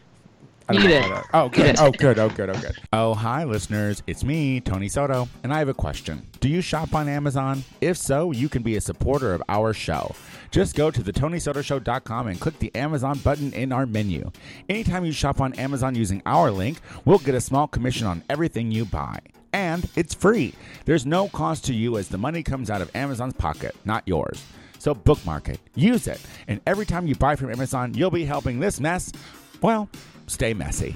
Speaker 1: I don't
Speaker 3: You
Speaker 1: know
Speaker 3: did.
Speaker 1: what I- Oh, good. Oh, good. Oh, good. Oh, good. Oh, hi, listeners. It's me, Tony Soto, and I have a question. Do you shop on Amazon? If so, you can be a supporter of our show. Just go to thetonysotoshow.com and click the Amazon button in our menu. Anytime you shop on Amazon using our link, we'll get a small commission on everything you buy. And it's free. There's no cost to you as the money comes out of Amazon's pocket, not yours. So bookmark it, use it, and every time you buy from Amazon, you'll be helping this mess, well, stay messy.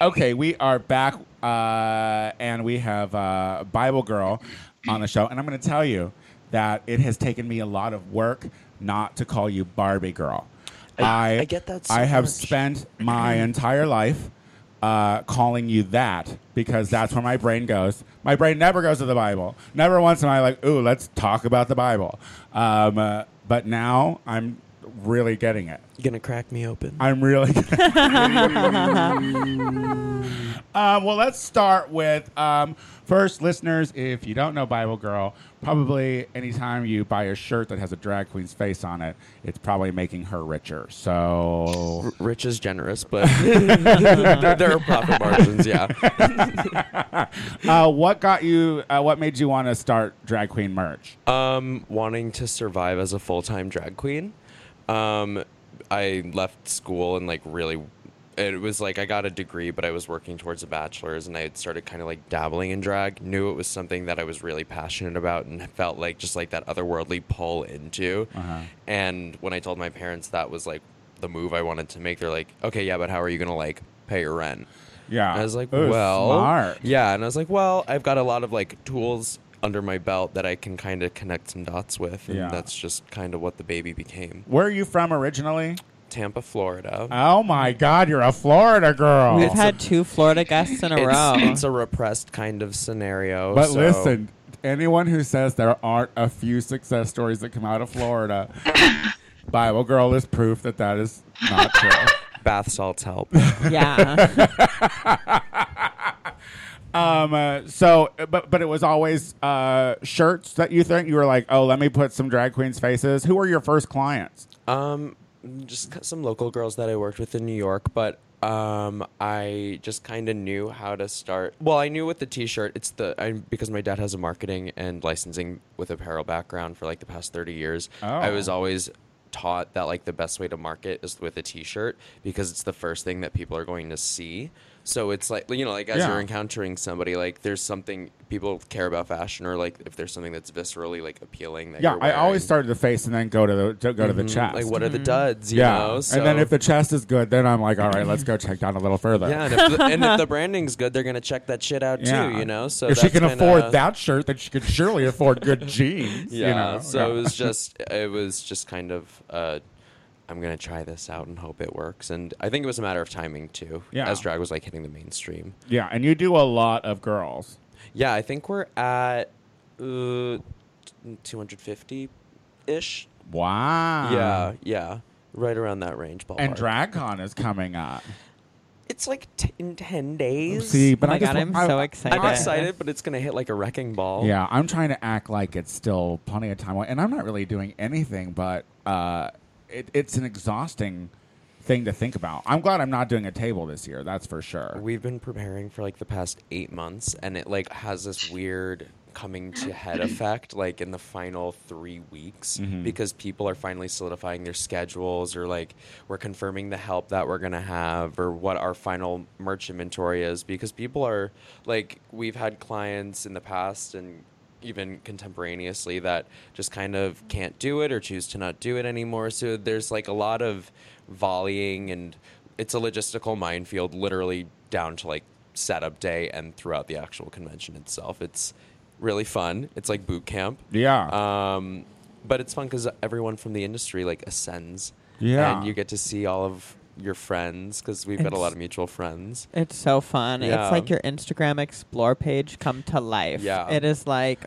Speaker 1: Okay, we are back, uh, and we have uh, Bible Girl on the show, and I'm going to tell you that it has taken me a lot of work not to call you Barbie girl. I,
Speaker 5: I get that so
Speaker 1: I have
Speaker 5: much.
Speaker 1: spent my entire life uh, calling you that because that's where my brain goes. My brain never goes to the Bible. Never once am I like, ooh, let's talk about the Bible. Um, uh, but now I'm really getting it.
Speaker 5: You gonna crack me open?
Speaker 1: I'm really. um, well, let's start with um, first, listeners. If you don't know Bible Girl, probably anytime you buy a shirt that has a drag queen's face on it, it's probably making her richer. So
Speaker 5: R- Rich is generous, but there, there are profit margins. Yeah,
Speaker 1: uh, what got you? Uh, what made you want to start drag queen merch?
Speaker 5: um, wanting to survive as a full time drag queen. Um, I left school and like really, it was like I got a degree, but I was working towards a bachelor's, and I had started kind of like dabbling in drag. Knew it was something that I was really passionate about, and felt like just like that otherworldly pull into.
Speaker 1: Uh-huh.
Speaker 5: And when I told my parents that was like the move I wanted to make, they're like, "Okay, yeah, but how are you gonna like pay your rent?"
Speaker 1: Yeah,
Speaker 5: I was like,
Speaker 1: Ooh,
Speaker 5: well,
Speaker 1: smart.
Speaker 5: yeah, and I was like, well, I've got a lot of like tools under my belt that I can kind of connect some dots with, and
Speaker 1: Yeah.
Speaker 5: that's just kind of what the baby became.
Speaker 1: Where are you from originally?
Speaker 5: Tampa, Florida.
Speaker 1: Oh my God, you're a Florida girl.
Speaker 4: We've had two Florida guests in a row.
Speaker 5: it's, it's a repressed kind of scenario.
Speaker 1: But
Speaker 5: so-
Speaker 1: listen, anyone who says there aren't a few success stories that come out of Florida, Bible Girl is proof that that is not true.
Speaker 5: bath salts help.
Speaker 4: yeah.
Speaker 1: um, uh, so, but but it was always uh, shirts that you think you were like, oh, let me put some drag queens' faces. Who were your first clients?
Speaker 5: Um, just c- some local girls that I worked with in New York, but um, I just kind of knew how to start. Well, I knew with the T-shirt. It's the I, because my dad has a marketing and licensing with apparel background for like the past thirty years. I
Speaker 1: Oh.
Speaker 5: was always taught that like the best way to market is with a T-shirt because it's the first thing that people are going to see. So it's like you know, like as
Speaker 1: Yeah.
Speaker 5: you're encountering somebody, like there's something people care about fashion, or like if there's something that's viscerally like appealing. That
Speaker 1: Yeah,
Speaker 5: you're
Speaker 1: I always
Speaker 5: wearing.
Speaker 1: started the face and then go to the to go to the chest.
Speaker 5: Mm, Mm-hmm. Like what are the duds? You
Speaker 1: yeah,
Speaker 5: know?
Speaker 1: and then
Speaker 5: So-
Speaker 1: if the chest is good, then I'm like, all right, let's go check down a little further.
Speaker 5: Yeah, and if, the, and if the branding's good, they're gonna check that shit out
Speaker 1: Yeah.
Speaker 5: too. You know, so
Speaker 1: if she
Speaker 5: that's
Speaker 1: can
Speaker 5: kinda-
Speaker 1: afford that shirt, then she could surely afford good jeans.
Speaker 5: yeah.
Speaker 1: you know?
Speaker 5: So
Speaker 1: Yeah.
Speaker 5: it was just, it was just kind of, uh, I'm gonna try this out and hope it works. And I think it was a matter of timing too.
Speaker 1: Yeah.
Speaker 5: as drag was like hitting the mainstream.
Speaker 1: yeah, and you do a lot of girls.
Speaker 5: Yeah, I think we're at uh, 250 ish.
Speaker 1: Wow.
Speaker 5: yeah, yeah, right around that range. Ballpark.
Speaker 1: Um, And DragCon is coming up.
Speaker 5: It's like t- in ten days.
Speaker 1: See, but
Speaker 4: Oh my
Speaker 1: I just
Speaker 4: God,
Speaker 1: want-
Speaker 4: I'm
Speaker 1: I-
Speaker 4: so
Speaker 1: I-
Speaker 4: excited.
Speaker 5: I'm excited, but it's gonna hit like a wrecking ball.
Speaker 1: Yeah, I'm trying to act like it's still plenty of time, away, and I'm not really doing anything. But uh, it, it's an exhausting thing to think about. I'm glad I'm not doing a table this year. That's for sure.
Speaker 5: We've been preparing for like the past eight months, and it like has this weird coming to head effect like in the final three weeks because people are finally solidifying their schedules or like we're confirming the help that we're gonna have or what our final merch inventory is because people are like we've had clients in the past and even contemporaneously that just kind of can't do it or choose to not do it anymore. So there's like a lot of volleying and it's a logistical minefield literally down to like setup day and throughout the actual convention itself. It's really fun. It's like boot camp.
Speaker 1: yeah,
Speaker 5: Um but it's fun cuz everyone from the industry like ascends.
Speaker 1: Yeah.
Speaker 5: And you get to see all of your friends cuz we've got a
Speaker 4: It's-
Speaker 5: lot of mutual friends.
Speaker 4: It's so fun.
Speaker 5: Yeah.
Speaker 4: It's like your Instagram explore page come to life.
Speaker 5: Yeah.
Speaker 4: It is like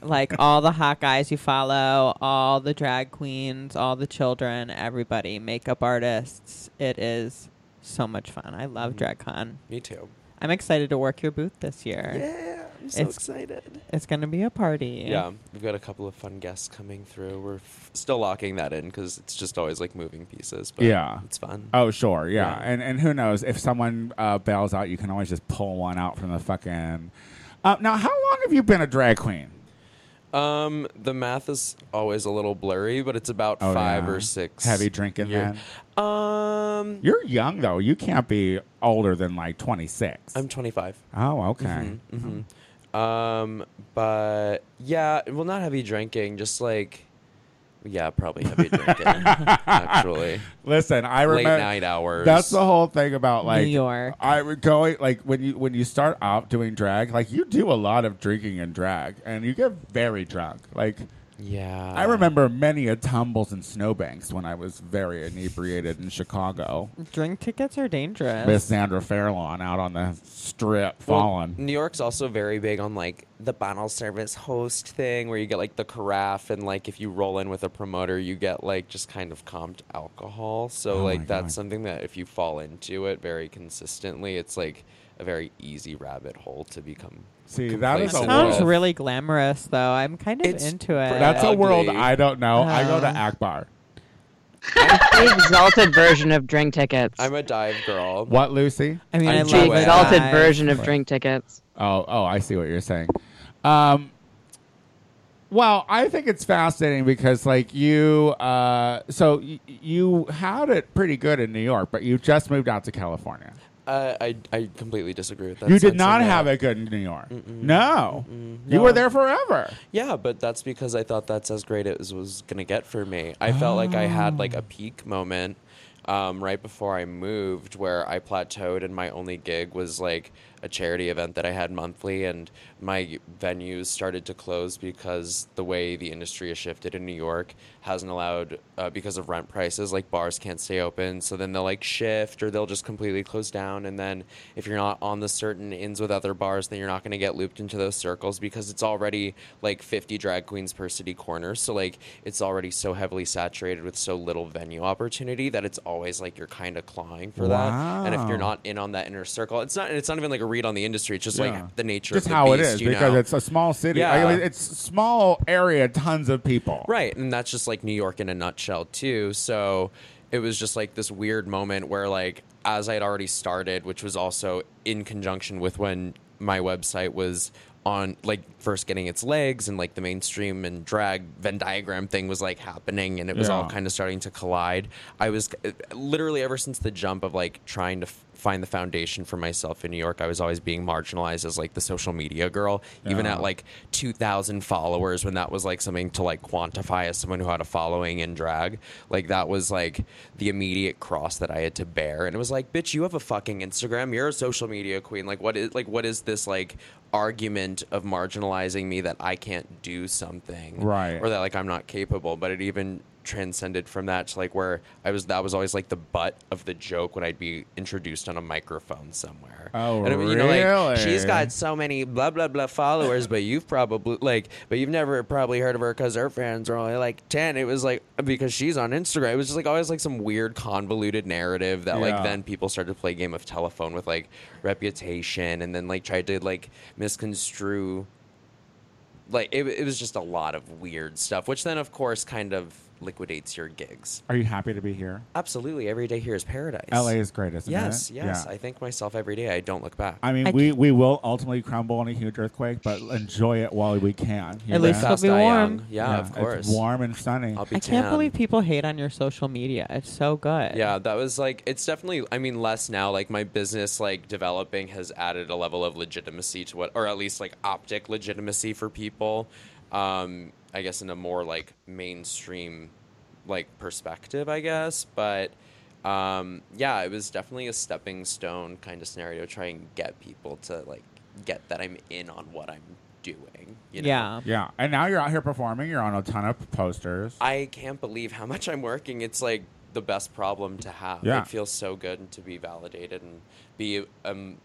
Speaker 4: like all the hot guys you follow, all the drag queens, all the children, everybody, makeup artists. It is so much fun. I love
Speaker 5: Mm-hmm.
Speaker 4: DragCon.
Speaker 5: Me too.
Speaker 4: I'm excited to work your booth this year.
Speaker 5: Yeah, I'm so
Speaker 4: It's-
Speaker 5: excited.
Speaker 4: It's going to be a party.
Speaker 5: Yeah, we've got a couple of fun guests coming through. We're f- still locking that in because it's just always like moving pieces. But
Speaker 1: Yeah.
Speaker 5: it's fun.
Speaker 1: Oh sure, yeah,
Speaker 5: Yeah.
Speaker 1: and and who knows if someone uh, bails out, you can always just pull one out from the fucking. Uh, now, how long have you been a drag queen?
Speaker 5: Um, the math is always a little blurry, but it's about
Speaker 1: Oh,
Speaker 5: five
Speaker 1: yeah.
Speaker 5: or six.
Speaker 1: Heavy drinking
Speaker 5: year-
Speaker 1: man.
Speaker 5: Um,
Speaker 1: You're young though. You can't be older than like 26.
Speaker 5: I'm 25.
Speaker 1: oh, okay.
Speaker 5: Mhm, mhm. Um, but yeah, well, not heavy drinking, just like, yeah, probably heavy drinking. actually,
Speaker 1: Listen, I
Speaker 5: late
Speaker 1: remember
Speaker 5: night hours.
Speaker 1: That's the whole thing about like
Speaker 4: York.
Speaker 1: I would go like when you when you start out doing drag, like you do a lot of drinking and drag, and you get very drunk. Like
Speaker 5: Yeah.
Speaker 1: I remember many a tumbles and snowbanks when I was very inebriated in Chicago
Speaker 4: Drink tickets are dangerous.
Speaker 1: with Sandra Fairlawn out on the strip
Speaker 5: Well,
Speaker 1: falling.
Speaker 5: New York's also very big on like the bottle service host thing where you get like the carafe and like if you roll in with a promoter you get like just kind of comped alcohol. So
Speaker 1: Oh my
Speaker 5: like
Speaker 1: God.
Speaker 5: that's something that if you fall into it very consistently it's like a very easy rabbit hole to become.
Speaker 1: See, that is a world.
Speaker 5: complacent
Speaker 4: Sounds
Speaker 5: with.
Speaker 4: really glamorous, though. I'm kind of
Speaker 5: It's
Speaker 4: into it.
Speaker 1: That's a
Speaker 5: ugly.
Speaker 1: world I don't know. I go to
Speaker 4: Oh.
Speaker 1: Akbar.
Speaker 3: the exalted version of drink tickets.
Speaker 5: I'm a dive girl.
Speaker 1: What, Lucy?
Speaker 4: I mean,
Speaker 5: I'm
Speaker 4: I
Speaker 5: too
Speaker 4: love
Speaker 3: the
Speaker 5: wet.
Speaker 4: it.
Speaker 3: exalted
Speaker 4: I-
Speaker 3: version of drink tickets.
Speaker 1: Oh, oh, I see what you're saying. Um, well, I think it's fascinating because, like, you, uh, so y- you had it pretty good in New York, but you just moved out to California.
Speaker 5: Uh, I I completely disagree with that.
Speaker 1: you did
Speaker 5: sense
Speaker 1: not
Speaker 5: on that.
Speaker 1: have it good in New York. No. you
Speaker 5: No.
Speaker 1: were there forever.
Speaker 5: Yeah, but that's because I thought that's as great as was gonna get for me. I felt like I had like a peak moment um, right before I moved, where I plateaued, and my only gig was like a charity event that I had monthly, and my venues started to close because the way the industry has shifted in New York hasn't allowed uh, because of rent prices. Like bars can't stay open, so then they'll like shift or they'll just completely close down, and then if you're not on the certain ins with other bars, then you're not going to get looped into those circles because it's already like 50 drag queens per city corner. So, like, it's already so heavily saturated with so little venue opportunity that it's always like you're kind of clawing for that. And if
Speaker 1: Wow.
Speaker 5: you're not in on that inner circle, it's not, it's not even like a read on the industry. It's just
Speaker 1: Yeah.
Speaker 5: like the nature
Speaker 1: Just
Speaker 5: of the
Speaker 1: how
Speaker 5: beast,
Speaker 1: it is,
Speaker 5: you
Speaker 1: because
Speaker 5: know?
Speaker 1: it's a small city.
Speaker 5: Yeah.
Speaker 1: I mean, it's small area, tons of people.
Speaker 5: Right. And that's just like New York in a nutshell, too. So it was just like this weird moment where, like, as I had already started, which was also in conjunction with when my website was on, like, first getting its legs and, like, the mainstream and drag Venn diagram thing was, like, happening and it was all
Speaker 1: Yeah.
Speaker 5: kind kind of starting to collide. I was uh, literally ever since the jump of like trying to f- find the foundation for myself in New York, I was always being marginalized as like the social media girl, even
Speaker 1: Yeah.
Speaker 5: at like 2,000 followers when that was like something to like quantify as someone who had a following in drag. Like that was like the immediate cross that I had to bear. And it was like, bitch, you have a fucking Instagram. You're a social media queen. Like what is like what is this like argument of marginalizing me that I can't do something
Speaker 1: Right.
Speaker 5: or that like I'm not capable, but it even transcended from that to like where I was that was always like the butt of the joke when I'd be introduced on a microphone somewhere.
Speaker 1: Oh,
Speaker 5: and it, you know, like she's
Speaker 1: really?
Speaker 5: got so many blah blah blah followers, but you've probably like, but you've never probably heard of her because her fans are only like ten. It was like because she's on Instagram. It was just like always like some weird convoluted narrative that
Speaker 1: Yeah.
Speaker 5: like then people started to play game of telephone with like reputation and then like tried to like misconstrue like it, it was just a lot of weird stuff which then of course kind of liquidates your gigs
Speaker 1: Are you happy to be here?
Speaker 5: absolutely every day here is paradise
Speaker 1: LA is great, isn't
Speaker 5: yes
Speaker 1: it?
Speaker 5: yes
Speaker 1: Yeah.
Speaker 5: i thank myself every day i don't look back
Speaker 1: I mean,
Speaker 4: I
Speaker 1: we, we will ultimately crumble in a huge earthquake, but enjoy it while we can. you
Speaker 4: At
Speaker 1: know?
Speaker 4: least it'll
Speaker 5: Fast
Speaker 4: be
Speaker 5: I
Speaker 4: warm.
Speaker 5: young. Yeah, of
Speaker 1: it's
Speaker 5: course
Speaker 1: warm and sunny.
Speaker 5: I'll be
Speaker 4: I can't
Speaker 5: 10.
Speaker 4: believe people hate on your social media. It's so good.
Speaker 5: yeah that was like it's definitely i mean less now like my business like developing has added a level of legitimacy to what or at least like optic legitimacy for people um i guess in a more like mainstream like perspective i guess but um yeah it was definitely a stepping stone kind of scenario to try and get people to like get that i'm in on what i'm doing you know?
Speaker 4: Yeah.
Speaker 1: Yeah, and now you're out here performing. You're on a ton of posters.
Speaker 5: I can't believe how much I'm working. It's like the best problem to have.
Speaker 1: Yeah.
Speaker 5: It feels so good to be validated and be um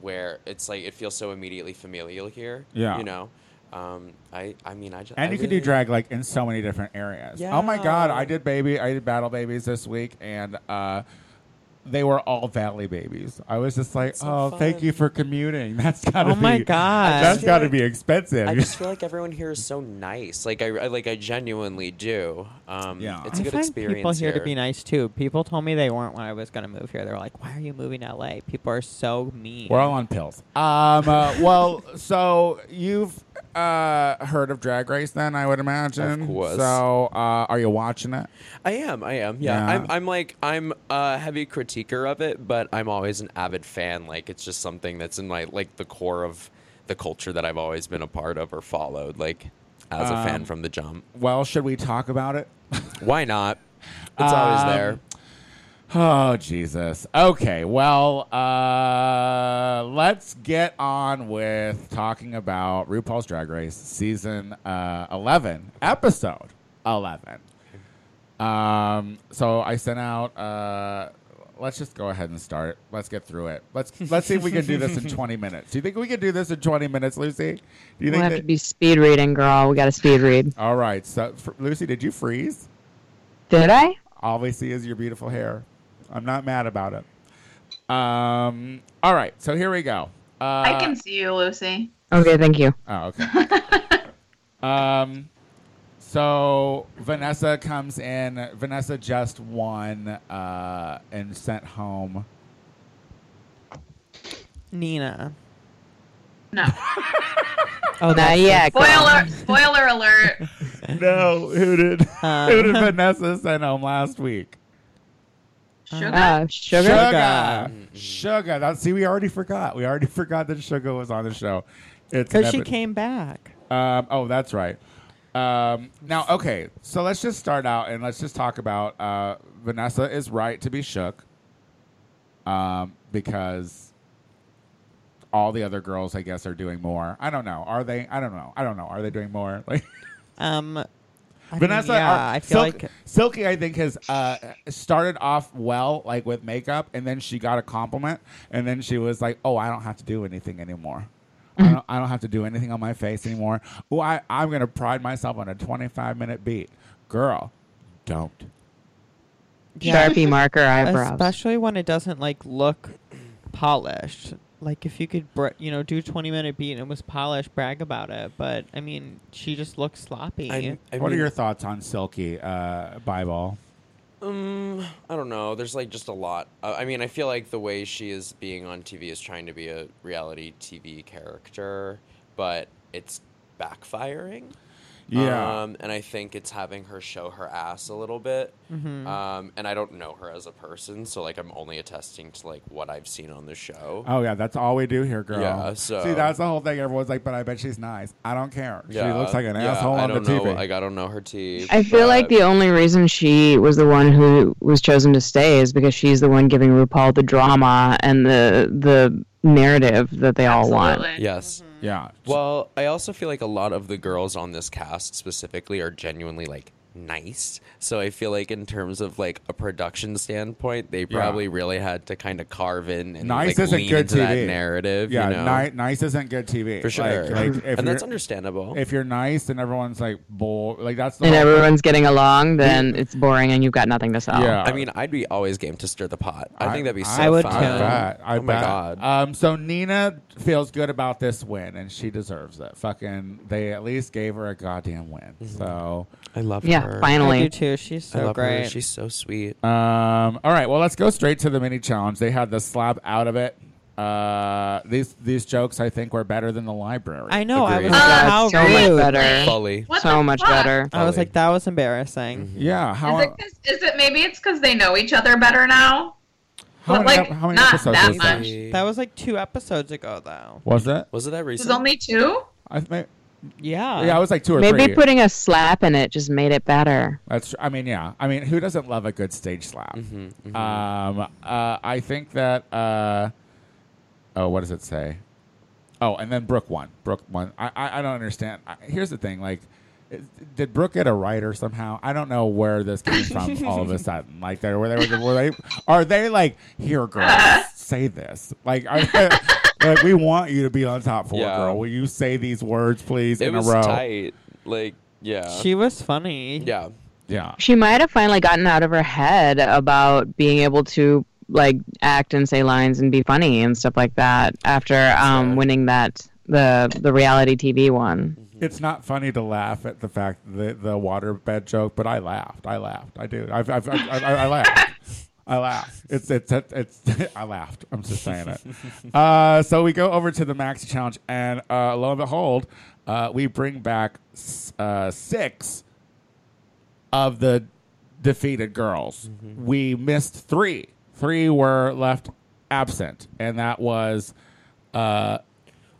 Speaker 5: where it's like it feels so immediately familial here.
Speaker 1: Yeah.
Speaker 5: You know? Um I I mean I just
Speaker 1: and you can do drag like in so many different areas. Oh my god, I did baby, I did battle babies this week, and uh, they were all valley babies. I was just like,
Speaker 5: so
Speaker 1: oh,
Speaker 5: fun.
Speaker 1: thank you for commuting. That's gotta
Speaker 4: Oh
Speaker 1: be,
Speaker 4: my god.
Speaker 1: that's
Speaker 5: just-
Speaker 1: gotta be expensive.
Speaker 5: I just feel like everyone here is so nice. Like I, I like I genuinely do. Um
Speaker 1: Yeah.
Speaker 5: it's a
Speaker 4: I
Speaker 5: good
Speaker 4: find
Speaker 5: experience.
Speaker 4: people here, to be nice too. People told me they weren't when I was going to move here. They were like, "Why are you moving to LA? People are so mean."
Speaker 1: We're all on pills. Um, uh, well, so you've uh, heard of Drag Race, then I would imagine.
Speaker 5: Of course.
Speaker 1: So, uh, are you watching it?
Speaker 5: I am. I am. Yeah.
Speaker 1: Yeah.
Speaker 5: I'm, I'm like, I'm a heavy critiquer of it, but I'm always an avid fan. Like, it's just something that's in my, like, the core of the culture that I've always been a part of or followed, like, as a
Speaker 1: Um,
Speaker 5: fan from the jump.
Speaker 1: Well, should we talk about it?
Speaker 5: Why not? It's always
Speaker 1: Um,
Speaker 5: there.
Speaker 1: Oh, Jesus. Okay, well, uh, let's get on with talking about RuPaul's Drag Race season uh, 11, episode 11. Um, so I sent out. Uh, let's just go ahead and start. Let's get through it. Let's let's see if we can do this in 20 minutes. Do you think we can do this in 20 minutes, Lucy? Do you
Speaker 3: We'll
Speaker 1: think?
Speaker 3: have
Speaker 1: that-
Speaker 3: to be speed reading, girl. We got to speed read.
Speaker 1: All right. So, fr Lucy, did you freeze?
Speaker 3: Did I?
Speaker 1: All we see is your beautiful hair. I'm not mad about it. Um. All right. So here we go. Uh,
Speaker 2: I can see you, Lucy.
Speaker 3: Okay, thank you.
Speaker 1: Oh, okay. um, so Vanessa comes in. Vanessa just won uh, and sent home.
Speaker 4: Nina.
Speaker 2: No.
Speaker 4: Oh,
Speaker 3: Not yet. girl.
Speaker 2: Spoiler spoiler alert.
Speaker 1: No, who did who did Vanessa send home last week?
Speaker 2: Sugar.
Speaker 3: Uh, sugar.
Speaker 1: Sugar. Mm-hmm. Sugar. That, see, we already forgot. We already forgot that Sugar was on the show. It's
Speaker 4: Because she
Speaker 1: never-
Speaker 4: came back.
Speaker 1: Um, oh, that's right. Um, now, okay, so let's just start out and let's just talk about uh, Vanessa is right to be shook um, because all the other girls, I guess, are doing more. I don't know. Are they? I don't know. I don't know. Are they doing more? Like
Speaker 4: Um, I mean,
Speaker 1: Vanessa,
Speaker 4: yeah,
Speaker 1: uh,
Speaker 4: I feel
Speaker 1: Silk-
Speaker 4: like
Speaker 1: Silky. I think has uh, started off well, like with makeup, and then she got a compliment, and then she was like, "Oh, I don't have to do anything anymore. I, don't, I don't have to do anything on my face anymore. Oh, I I'm gonna pride myself on a 25 minute beat, girl. Don't.
Speaker 4: yeah,
Speaker 3: Sharpie marker eyebrows.
Speaker 4: especially when it doesn't like look polished. Like if you could, br- you know, do twenty minute beat and it was polished, brag about it. But I mean, she just looks sloppy.
Speaker 5: I, I
Speaker 1: what
Speaker 5: mean,
Speaker 1: are your thoughts on Silky uh, Bible?
Speaker 5: Um, I don't know. There's like just a lot. Uh, I mean, I feel like the way she is being on TV is trying to be a reality TV character, but it's backfiring.
Speaker 1: Yeah.
Speaker 5: Um, and I think it's having her show her ass a little bit.
Speaker 4: Mm-hmm.
Speaker 5: Um, and I don't know her as a person, so like I'm only attesting to like what I've seen on the show.
Speaker 1: Oh yeah, that's all we do here, girl.
Speaker 5: Yeah, so-
Speaker 1: See, that's the whole thing. Everyone's like, "But I bet she's nice." I don't care.
Speaker 5: Yeah,
Speaker 1: she looks like an
Speaker 5: yeah,
Speaker 1: asshole
Speaker 5: I
Speaker 1: on the
Speaker 5: don't
Speaker 1: TV.
Speaker 5: Know, like I don't know her tea.
Speaker 3: I feel like
Speaker 5: but-
Speaker 3: the only reason she was the one who was chosen to stay is because she's the one giving RuPaul the drama and the the narrative that they all want.
Speaker 2: Absolutely.
Speaker 5: yes.
Speaker 3: Mm-hmm.
Speaker 1: yeah.
Speaker 5: Well, I also feel like a lot of the girls on this cast specifically are genuinely like nice. So I feel like in terms of like a production standpoint, they probably really had to kind of carve in and
Speaker 1: Nice
Speaker 5: like,
Speaker 1: isn't
Speaker 5: lean
Speaker 1: good
Speaker 5: into that
Speaker 1: TV.
Speaker 5: narrative.
Speaker 1: Yeah,
Speaker 5: you know?
Speaker 1: ni- nice isn't good TV.
Speaker 5: for sure.
Speaker 1: Like, like, if
Speaker 5: and that's
Speaker 1: you're-
Speaker 5: understandable.
Speaker 1: If you're nice and everyone's like bull, like that's the
Speaker 3: And
Speaker 1: whole-
Speaker 3: everyone's getting along, then it's boring and you've got nothing to sell.
Speaker 1: Yeah.
Speaker 5: Oh, I mean, I'd be always game to stir the pot. I, think that'd be so
Speaker 4: I would
Speaker 5: fun.
Speaker 4: too.
Speaker 1: Uh, I bet. I
Speaker 5: oh my
Speaker 1: bet.
Speaker 5: god.
Speaker 1: Um, so Nina feels good about this win, and she deserves it. Fucking, they at least gave her a goddamn win.
Speaker 5: Mm-hmm.
Speaker 1: So,
Speaker 5: I love
Speaker 3: Yeah,
Speaker 5: her.
Speaker 4: I do
Speaker 3: finally.
Speaker 4: too. She's
Speaker 5: I
Speaker 4: so
Speaker 5: love
Speaker 4: great.
Speaker 5: her. She's so sweet.
Speaker 1: um, all right. Well, let's go straight to the mini challenge. They had the slap out of it. Uh, these these jokes, I think, were better than the library.
Speaker 4: I know. I
Speaker 5: Agreed.
Speaker 3: Oh
Speaker 4: was like,
Speaker 3: my God,
Speaker 4: Uh, how
Speaker 3: so much
Speaker 4: rude.
Speaker 3: better.
Speaker 5: Fully.
Speaker 2: What
Speaker 3: so
Speaker 2: the
Speaker 3: much
Speaker 2: fuck?
Speaker 3: better.
Speaker 4: I was
Speaker 5: Fully.
Speaker 4: like, that was
Speaker 5: Mm-hmm.
Speaker 4: embarrassing.
Speaker 1: Yeah. How?
Speaker 2: Is it, 'cause- is it maybe it's because they know each other better now?
Speaker 1: how,
Speaker 2: but,
Speaker 1: many,
Speaker 2: like,
Speaker 1: how many
Speaker 2: not
Speaker 1: episodes
Speaker 2: that
Speaker 1: was that?
Speaker 2: much.
Speaker 4: That was like two episodes ago, though.
Speaker 1: Was it?
Speaker 5: Was it that
Speaker 2: There's
Speaker 5: recent?
Speaker 2: only two.
Speaker 1: I think.
Speaker 4: Yeah.
Speaker 1: Yeah, it was like two or three.
Speaker 3: Maybe putting a slap in it just made it better.
Speaker 1: That's. Tr- I mean, yeah. I mean, who doesn't love a good stage slap?
Speaker 5: Mm-hmm,
Speaker 1: Um, uh, I think that. Uh, oh, what does it say? Oh, and then Brooke won. Brooke won. I, I, I don't understand. I, here's the thing. Like, is- did Brooke get a writer somehow? I don't know where this came from. all of a sudden, like, they were they were, were they are they like here, girl, say this. Like, are they- like we want you to be on top four,
Speaker 5: Yeah.
Speaker 1: girl. Will you say these words, please,
Speaker 5: It
Speaker 1: in
Speaker 5: was
Speaker 1: a row?
Speaker 5: tight. Like, yeah.
Speaker 4: She was funny.
Speaker 5: yeah.
Speaker 1: Yeah.
Speaker 3: She might have finally gotten out of her head about being able to like act and say lines and be funny and stuff like that after um, winning that the the reality TV one.
Speaker 1: It's not funny to laugh at the fact the the waterbed joke, but I laughed. I laughed. I do. I've, I've, I, I, I laughed. I laughed. It's it's it's. I laughed. I'm just saying it. Uh, so we go over to the maxi challenge, and uh, lo and behold, uh, we bring back s- uh, six of the defeated girls. We missed three. Three were left absent, and that was uh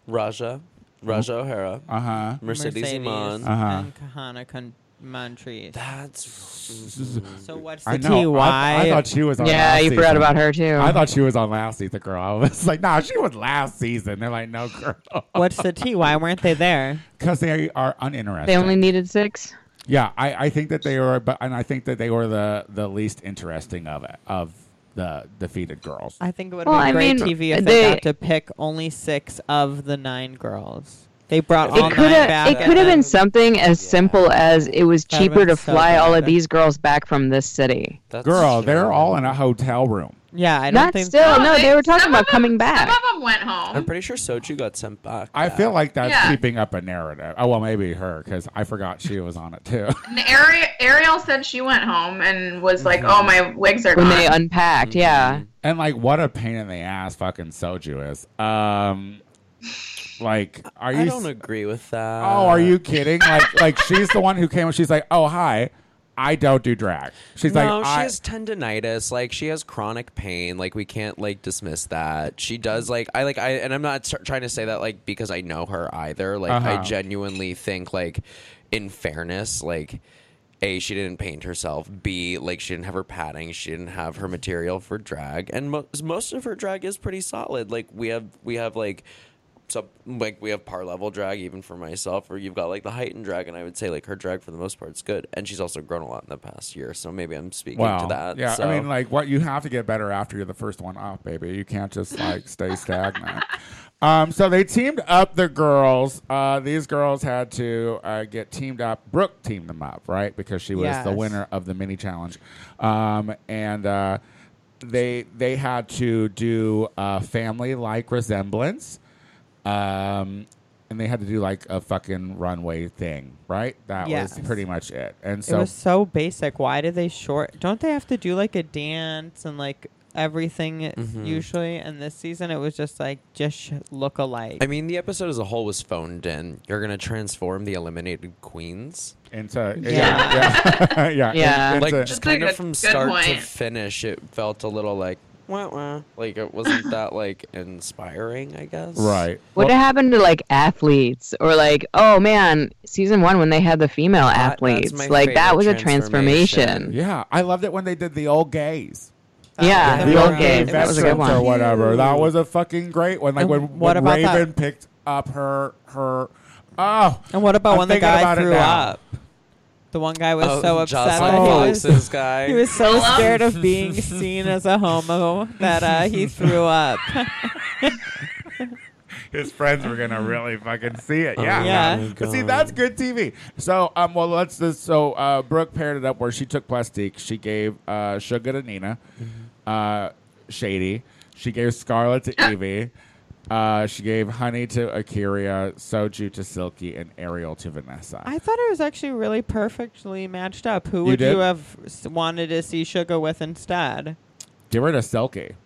Speaker 5: Raja. Raja O'Hara.
Speaker 1: uh huh.
Speaker 5: Mercedes,
Speaker 4: Mercedes
Speaker 1: Uh,
Speaker 5: Iman.
Speaker 1: Uh-huh.
Speaker 4: and Kahana Con- Montrese.
Speaker 5: That's
Speaker 4: So what's
Speaker 1: I
Speaker 4: the
Speaker 1: know.
Speaker 4: TY?
Speaker 1: I, I thought she was
Speaker 4: Oh,
Speaker 1: on
Speaker 3: yeah,
Speaker 1: last
Speaker 3: you forgot
Speaker 1: season.
Speaker 3: about her too.
Speaker 1: I thought she was on last season, girl. I was like, nah, she was last season. They're like, no, girl.
Speaker 4: what's the TY? Weren't they there?
Speaker 1: Because they are uninterested.
Speaker 3: they only needed six.
Speaker 1: yeah, I, I think that they were, but and I think that they were the, the least interesting of it, of the defeated girls.
Speaker 4: I think it would
Speaker 3: Well,
Speaker 4: be
Speaker 3: I
Speaker 4: great
Speaker 3: mean,
Speaker 4: TV if
Speaker 3: they-
Speaker 4: they got to pick only six of the nine girls. They brought all
Speaker 3: It
Speaker 4: nine
Speaker 3: could have.
Speaker 4: back.
Speaker 3: It
Speaker 4: and
Speaker 3: could have
Speaker 4: then-
Speaker 3: been something as simple as it was
Speaker 4: That'd
Speaker 3: cheaper
Speaker 4: been
Speaker 3: to
Speaker 4: so
Speaker 3: fly all
Speaker 4: good.
Speaker 3: of these girls back from this city.
Speaker 5: that's
Speaker 1: Girl,
Speaker 5: true.
Speaker 1: they're all in a hotel room.
Speaker 4: Yeah, I don't
Speaker 3: Not
Speaker 4: think.
Speaker 3: still. no,
Speaker 2: they-
Speaker 3: they were talking
Speaker 2: some
Speaker 3: about
Speaker 2: of 'em-
Speaker 3: coming back.
Speaker 2: Some of them went home.
Speaker 5: I'm pretty sure Soju got sent back.
Speaker 1: I feel like that's
Speaker 2: Yeah.
Speaker 1: keeping up a narrative. Oh well, maybe her because I forgot she was on it too.
Speaker 2: And Ari- Ariel said she went home and was like, "Oh, my wigs are
Speaker 3: when
Speaker 2: gone."
Speaker 3: they uh, unpacked.
Speaker 4: Mm-hmm.
Speaker 3: Yeah,
Speaker 1: and like, what a pain in the ass fucking soju is. Um, like, are you?
Speaker 5: I
Speaker 1: s-
Speaker 5: don't agree with that.
Speaker 1: Oh, are you kidding? Like, like she's the one who came and she's like, "Oh, hi, I don't do drag." She's
Speaker 5: no,
Speaker 1: like,
Speaker 5: she
Speaker 1: I,
Speaker 5: has tendonitis. Like she has chronic pain. Like we can't like dismiss that. She does like I like I and I'm not tr- trying to say that like because I know her either. Like
Speaker 1: Uh-huh.
Speaker 5: I genuinely think like in fairness like a she didn't paint herself. B like she didn't have her padding. She didn't have her material for drag. And mo- most of her drag is pretty solid. Like we have we have like. So like we have par level drag even for myself, or you've got like the heightened drag, and I would say like her drag for the most part is good, and she's also grown a lot in the past year, so maybe I'm speaking
Speaker 1: well,
Speaker 5: to that.
Speaker 1: yeah.
Speaker 5: so.
Speaker 1: I mean, like, what you have to get better after you're the first one up, baby. You can't just like stay stagnant. Um, so they teamed up the girls. Uh, these girls had to uh, get teamed up. Brooke teamed them up, right? Because she was the
Speaker 4: Yes.
Speaker 1: winner of the mini challenge, um, and uh, they they had to do uh, family like resemblance. Um, and they had to do like a fucking runway thing, right? That
Speaker 4: Yes.
Speaker 1: was pretty much it. And
Speaker 4: It
Speaker 1: so
Speaker 4: was so basic. Why did they short? Don't they have to do like a dance and like everything usually? And this season it was just like just sh- look alike.
Speaker 5: I mean, the episode as a whole was phoned in. You're gonna transform the eliminated queens,
Speaker 1: into
Speaker 4: Yeah.
Speaker 1: yeah, yeah,
Speaker 3: Yeah.
Speaker 1: into-
Speaker 5: like
Speaker 1: into-
Speaker 5: just
Speaker 2: That's a
Speaker 5: kind of
Speaker 2: good-
Speaker 5: from
Speaker 2: good
Speaker 5: start to
Speaker 2: point.
Speaker 5: finish. It felt a little like wah wah, like it wasn't that like inspiring, I guess.
Speaker 1: right.
Speaker 3: what
Speaker 1: Well,
Speaker 3: happened to like athletes or like oh man, season one when they had the female
Speaker 5: Uh, that's
Speaker 3: athletes?
Speaker 5: my
Speaker 3: Like that
Speaker 5: favorite
Speaker 3: was a
Speaker 5: transformation.
Speaker 3: transformation.
Speaker 1: yeah, I loved it when they did the old gays.
Speaker 3: Yeah,
Speaker 4: Yeah,
Speaker 3: the
Speaker 4: the
Speaker 3: old
Speaker 4: old
Speaker 3: game.
Speaker 4: gay
Speaker 3: That was a good
Speaker 1: veterans Or
Speaker 3: one.
Speaker 1: whatever. That was a fucking great one. Like
Speaker 4: And
Speaker 1: when,
Speaker 4: what
Speaker 1: when
Speaker 4: about that-
Speaker 1: Raven picked up her her. Oh,
Speaker 4: And what about
Speaker 1: I'm
Speaker 4: when the
Speaker 1: thinking
Speaker 4: guy
Speaker 1: about it
Speaker 4: threw
Speaker 1: now.
Speaker 4: up? The one guy was
Speaker 5: Oh,
Speaker 4: so
Speaker 5: Jocelyn
Speaker 4: upset. that he was-
Speaker 5: Fox's guy.
Speaker 4: He was so
Speaker 2: Hello?
Speaker 4: scared of being seen as a homo that uh, he threw up.
Speaker 1: His friends were gonna really fucking see it. Yeah,
Speaker 4: Oh,
Speaker 1: Oh
Speaker 4: Yeah.
Speaker 5: my
Speaker 1: But see,
Speaker 5: God.
Speaker 1: that's good TV. So, um, well, let's just so uh, Brooke paired it up where she took Plastique. She gave uh, Sugar to Nina, uh, Shady. She gave Scarlet to Evie. Uh, she gave Honey to Akira, Soju to Silky, and Ariel to Vanessa.
Speaker 4: I thought it was actually really perfectly matched up. Who
Speaker 1: You
Speaker 4: would
Speaker 1: did?
Speaker 4: you have s- wanted to see Sugar with instead?
Speaker 1: Give her to Silky.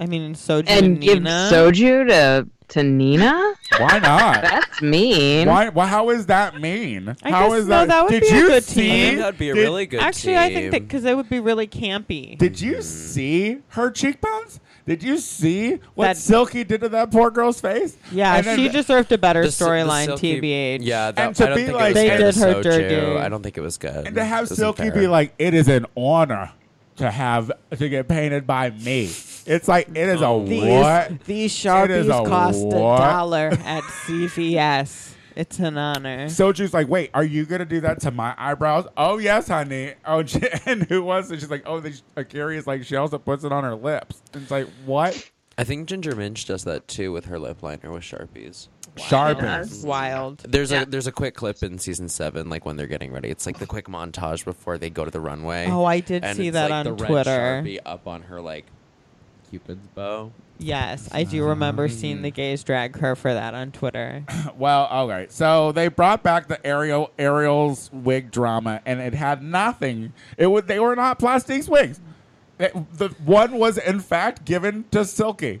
Speaker 4: I mean, Soju
Speaker 3: And give
Speaker 4: Nina.
Speaker 3: Soju to to Nina.
Speaker 1: Why not?
Speaker 3: That's mean.
Speaker 1: Why? Well, how is that mean?
Speaker 4: I
Speaker 1: how
Speaker 4: guess-
Speaker 1: is
Speaker 4: no, that would
Speaker 1: did
Speaker 4: be a
Speaker 1: you
Speaker 4: good
Speaker 1: see?
Speaker 5: I think
Speaker 4: team.
Speaker 5: that'd be a
Speaker 1: Did-
Speaker 5: really good.
Speaker 4: Actually, I think that
Speaker 5: team.
Speaker 4: because it would be really campy.
Speaker 1: Did you see her cheekbones? Did you see what
Speaker 4: That-
Speaker 1: Silky did to that poor girl's face?
Speaker 4: yeah,
Speaker 1: And then-
Speaker 4: she deserved a better
Speaker 5: The si- the
Speaker 4: storyline,
Speaker 5: Silky-
Speaker 4: TBH.
Speaker 5: Yeah, that,
Speaker 1: And to
Speaker 5: I don't
Speaker 1: be
Speaker 5: think
Speaker 1: like-
Speaker 5: it was
Speaker 1: They
Speaker 5: fair to
Speaker 4: did her
Speaker 5: Soju.
Speaker 4: dirty.
Speaker 5: I don't think it was good.
Speaker 1: And to have
Speaker 5: It wasn't
Speaker 1: Silky be
Speaker 5: fair.
Speaker 1: like, it is an honor to have to get painted by me. It's like it is a
Speaker 4: These,
Speaker 1: Oh, what?
Speaker 4: these
Speaker 1: It is a
Speaker 4: Sharpies cost
Speaker 1: what?
Speaker 4: a dollar at CVS. It's an honor.
Speaker 1: Soju's like, wait, are you gonna do that to my eyebrows? Oh yes, honey. Oh, and who was it? She's like, oh, the Akira is like, she also puts it on her lips. And it's like, what?
Speaker 5: I think Ginger Minch does that too with her lip liner with Sharpies.
Speaker 1: Sharpens.
Speaker 4: Wild.
Speaker 5: There's a there's a quick clip in season seven, like when they're getting ready. It's like the quick montage before they go to the runway.
Speaker 4: Oh, I did
Speaker 5: and
Speaker 4: see
Speaker 5: it's,
Speaker 4: that
Speaker 5: like,
Speaker 4: on
Speaker 5: the red
Speaker 4: Twitter.
Speaker 5: Sharpie up on her like Cupid's bow.
Speaker 4: Yes, I do remember seeing
Speaker 5: Mm.
Speaker 4: the gays drag her for that on Twitter.
Speaker 1: Well, all right. So they brought back the Ariel Ariel's wig drama, and it had nothing. It was they were not plastics wigs. It- the one was in fact given to Silky,